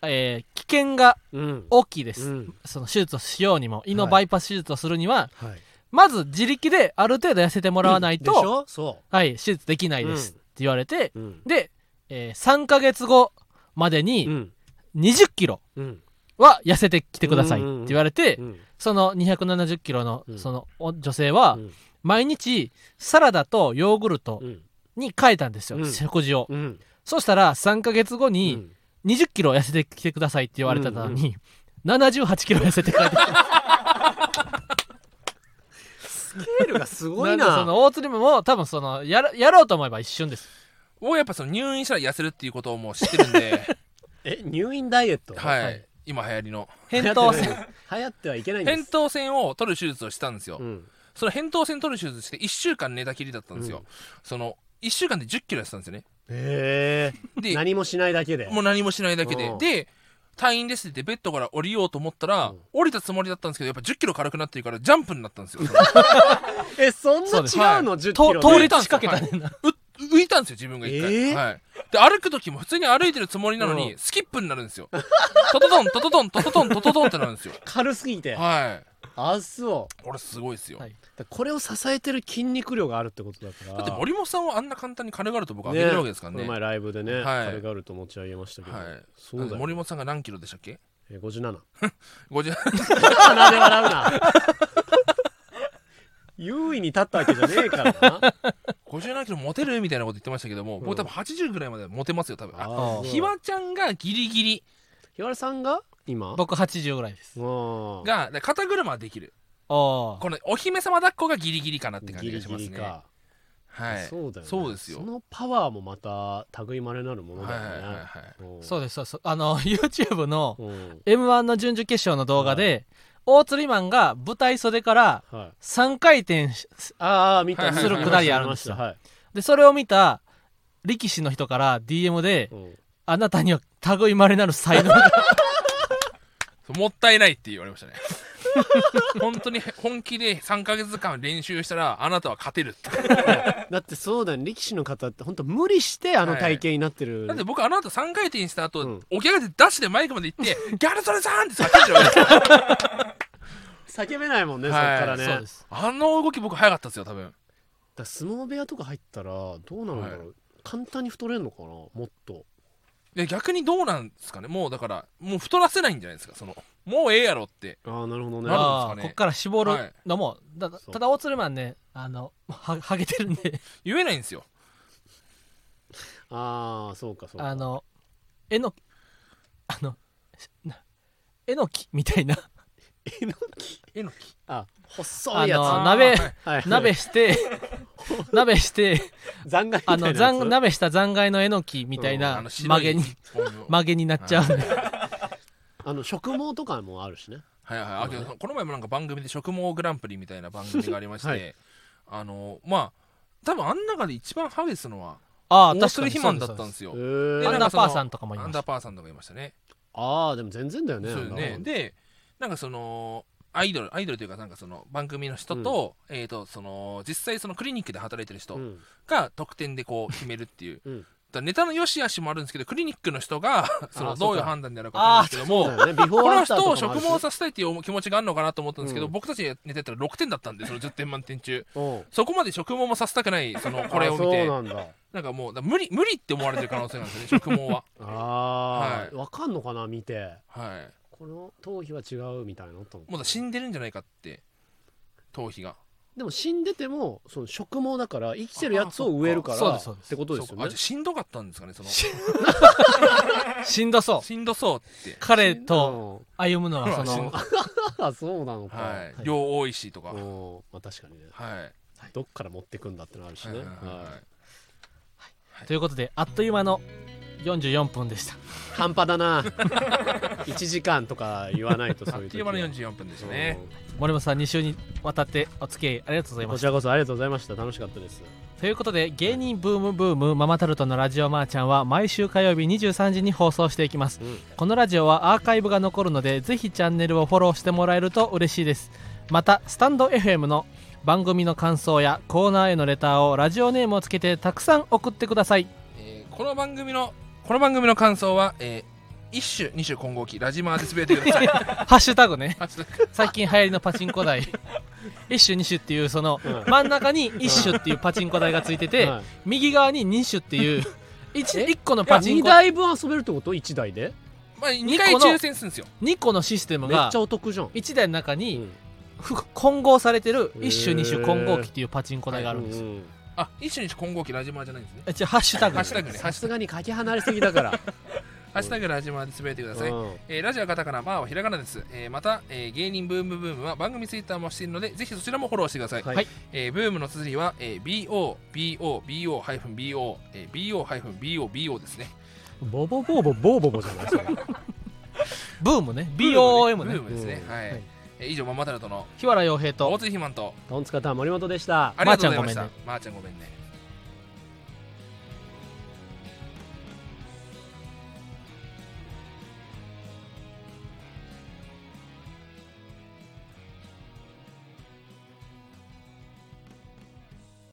S1: えー危険が
S2: うん
S1: 大きいです。
S2: うん
S1: その手術をしようにも、胃の
S2: はい
S1: バイパス手術をするには、
S2: はい、
S1: まず自力である程度痩せてもらわない
S2: でし
S1: と、
S2: ょそ
S1: はい、手術できないですって言われて、
S2: ううん
S1: で、え3ヶ月後まで
S2: う
S1: に
S2: ん
S1: 20キロ
S2: うん
S1: は痩せてきてくださいって言われて、
S2: うん
S1: その270キロの
S2: うん
S1: そのお女性は
S2: う、ん
S1: 毎日サラダとヨーグルト
S2: うん
S1: に変えたんですよ、
S2: うん
S1: 食事を。
S2: うん
S1: そしたら3ヶ月後
S2: う
S1: に
S2: ん
S1: 20キロ痩せてきてくださいって言われたのに、78キロ痩せて帰 ってきた。
S2: スケールがすごい
S1: んでそ
S2: な。
S1: の大鶴も多分そのやら、やろうと思えば一瞬です。
S3: をやっぱその入院したら痩せるっていうことをもう知ってる んで
S2: え、入院ダイエット
S3: はい、
S1: はい
S3: 今流行りの
S1: 扁桃腺。
S2: 流行ってはいけないんで
S3: 扁
S2: す。
S3: 桃腺を取る手術をしたんですよ、
S2: うん
S3: その扁桃腺取る手術して1週間寝たきりだったんですよ、その1週間で1 0キロ痩せたんですよね
S2: へえ
S3: で
S2: 何もしないだけで
S3: もう何もしないだけで、
S2: うん
S3: で退院ですって言ってベッドから降りようと思ったら、
S2: うん
S3: 降りたつもりだったんですけどやっぱ1 0キロ軽くなってるからジャンプになったんです よ
S2: えそんな
S1: そう
S2: 違
S1: です
S2: うの1 0キ
S1: と
S2: ロ
S1: 通り仕
S2: で
S1: 掛けたねんな、
S3: う浮いたんですよ自分が一回、
S2: えー
S3: はい、で歩く時も普通に歩いてるつもりなのに、
S2: うん
S3: スキップになるんですよトトトントトトントトトントトトンってなるん ですよ
S2: 軽すぎて
S3: は
S2: あそ
S3: い俺すごいですよ、
S1: はい
S2: だからこれを支えてる筋肉量があるってことだから
S3: だって森本さんはあんな簡単に軽々と僕上げれるわけですから
S2: こ
S3: ね
S2: の前ライブでね、
S3: はい
S2: 軽々と持ち上げましたけど、
S3: はい
S2: そうだよ
S3: 森本さんが何キロでしたっけ
S2: えー57
S3: 50
S2: 鼻で笑うな 優位に立ったわけじゃねえからな
S3: 57キロモテるみたいなこと言ってましたけども、
S2: うん
S3: 僕多分80ぐらいまではモテますよ多分あ
S2: あー
S3: ひわちゃんがギリギリ
S2: ひわらさんが今
S1: 僕80ぐらいです
S2: うん
S3: がで肩車はできる
S1: ああ
S3: このお姫様抱っこがギリギリかなって感じがしますね
S2: ギリギリか、
S3: はい
S2: そうだよ、ね、
S3: そうですよ
S2: そのパワーもまた類まれなるもの
S3: は
S2: だ
S3: い
S2: よ
S3: はいはい
S2: ね、
S3: はい
S2: うん
S1: そうですそうですあの YouTube の
S2: うん、
S1: m 1の準々決勝の動画で、大釣りマンが舞台袖から
S2: はい、
S1: 3回転し
S2: ああ見た
S3: はいはいする
S1: くだりあるんですよ
S2: はい、
S1: でそれを見た力士の人から DM で
S2: うん
S1: 「あなたには類まれなる才能が
S3: そうもったいないって言われましたね 本当に本気で3ヶ月間練習したらあなたは勝てるって
S2: だってそうだよね力士の方って本当無理してあの体型になってる、
S3: だって僕あの後3回転した後、
S2: うん
S3: 起き上がってダッシュでマイクまで行って「ギャル曽根さん!」って叫んでるわけです よ
S2: 叫べないもんね、
S3: はい
S2: そっからね
S1: そう
S2: だ
S1: です
S3: あの動き僕早かったですよ多分
S2: から相撲部屋とか入ったらどうなるんだろう、
S3: は
S2: 簡単に太れんのかなもっと
S3: で逆にどうなんですかねもうだからもう太らせないんじゃないですかそのもうええやろって
S2: ああなるほどね
S3: なる
S1: あ
S3: ん
S1: あ
S3: ですかね
S1: こっから絞るのも、だ
S2: そう
S1: ただ大鶴マンねあのははげてるんで
S3: 言えないんですよ
S2: ああそうかそうか
S1: あのえのあのしなえのきみ たいな
S2: えのき
S3: えのき
S2: あ細
S1: あ
S2: いやつ
S1: の
S3: ー
S1: 鍋
S3: はい
S2: はい
S1: 鍋して 鍋して
S2: 残骸みた
S1: あ
S2: いな
S1: の
S2: やつ
S1: 残鍋した残骸のえのきみたい
S3: あ
S1: な
S3: の白
S1: 曲
S3: い
S1: げに曲げになっちゃうんで
S2: あの食毛とかもあるしね
S3: はいはい、あけどこの前もなんか番組で「食毛グランプリ」みたいな番組がありまして、
S2: はい
S3: あのまあ多分あん中で一番ハゲすのは
S1: ああ確
S3: 大
S1: か
S3: 鶴
S1: に
S3: 肥満だったんですよ
S2: へー
S3: で
S1: アン
S3: なんか
S1: ダーパーさんとかもい
S3: ア
S1: ま
S3: ン
S1: し
S3: ダー
S1: た
S3: パーさんとかいましたね
S2: ああでも全然だよね
S3: そうよね
S2: なんか
S3: でなんかそのアイドルアイドルというかなんかその番組の人と,、えー、とその実際そのクリニックで働いてる人
S2: うん
S3: が得点 でこう決めるっていう、
S2: うん
S3: だからネタの良し悪しもあるんですけどクリニックの人がそ
S2: あ
S3: の
S2: そうか
S3: どういう判断になるかわかんないですけど
S2: そう
S3: も
S2: だよねビフォ
S3: こ
S2: ー
S3: の
S2: アフター
S3: 人
S2: と
S3: を
S2: かもあ
S3: 植
S2: るし
S3: 毛させたいっていう気持ちがあるのかなと思ったんですけど、
S2: うん
S3: 僕たちが寝てたら6点だったんでその10点満点中
S2: うん
S3: そこまで植毛もさせたくないそのこれを見
S2: あ
S3: て
S2: そう
S3: な
S2: なんだ
S3: んかもうだから無理無理って思われてる可能性なんですよ ね植毛は
S2: あ
S3: はい
S2: あわかんのかな見て
S3: はい
S2: この頭皮は違うみたいなのあったのかな
S3: もうだ死んでるんじゃないかって頭皮が
S2: でも死んでてもその食毛だから生きてるやつを植えるから
S1: あそうかそうですそうです
S2: ってことです
S3: そう
S2: よ
S3: かあ
S2: ね
S3: じゃあしんどかったんですかねその
S1: ししんどそう
S3: しんどそ うって
S1: 彼と歩むの はそ
S3: しん
S1: の
S3: ど
S2: うんあそうなのか、
S3: は
S1: はい
S3: い量多いしとか
S2: う
S3: はい
S2: んまあ確かにね
S3: はい
S2: どっから持ってくんだってのあるし
S3: はい
S2: ね、
S3: は
S2: はいい
S3: はい
S1: ということであっという間の44分でした
S2: 半端だな 1時間とか言わない と
S3: あ
S2: そ
S3: っ
S2: ういう
S3: と
S2: 時
S3: いう間の
S2: は
S3: 44分でしたね
S1: 森本さん2週にわたってお付き合いありがとうござ
S2: う
S1: い
S2: ん
S1: ま
S2: こ
S1: し
S2: ちらこそありがとうございました楽しかったです
S1: たということで芸人ブームブームママタルトのラジオマーちゃんは毎週火曜日23時に放送していきます
S2: うん
S1: このラジオはアーカイブが残るのでぜひチャンネルをフォローしてもらえると嬉しいですまたスタンド FM の番組の感想やコーナーへのレターをラジオネームをつけてたくさん送ってください
S3: えーこの番組のこの番組の感想は、えー、一種二種混合期ラジマーで滑ってくださ い
S1: ハッシュタグね
S3: あちょっと
S1: 最近流行りのパチンコ台一種二種っていうその
S2: うん
S1: 真ん中に一種っていうパチンコ台がついてて
S2: はい
S1: 右側に二種っていう一一個のパチン
S2: 2
S1: コ
S2: 台分遊べるってこと ?1 台で
S3: まあ、
S1: 二
S3: 2
S1: 個
S3: 回
S1: の
S3: 抽選するんですよ
S1: 2個のシステム
S2: めっ
S1: が
S2: ちゃお得じゃん、
S1: 1台の中
S2: う
S1: に
S2: ん
S1: ふ混合されてる一種
S2: へー
S1: 二種混合機っていうパチンコ台があるんですよ
S2: うん
S3: あ一種二種混合期ラジマーじゃないんですね
S1: えじゃあハッシュタグ
S3: ハッシュタグねハ
S2: さ
S3: ッシ
S2: す
S3: ュタグ
S2: がにかけ離れすぎだから、
S3: ハッシュタグラジマーで滑ってください、
S2: うん
S3: えーラジオはカタカナ、バーはひらがなです。えーまた、えー芸人ブームブームは番組ツイッターもしているので、ぜひそちらもフォローしてください。
S1: はい
S3: えーブームの綴りは、えー BOBOBO-BO、えー BO-BOBO ですね。
S2: ボボボーボボーボボじゃないそれ
S1: ブームね BOM
S3: ブ
S1: ね
S3: ームですね。
S2: うん
S3: はい
S1: はい。
S3: えー以上、ママタルトの
S1: 日原洋平
S3: 大
S1: と
S3: 津ひまんと、
S2: トンツカタン森本でした
S3: ありがとうございまし
S1: ま
S3: た
S1: ー。
S3: まーちゃんごめんね。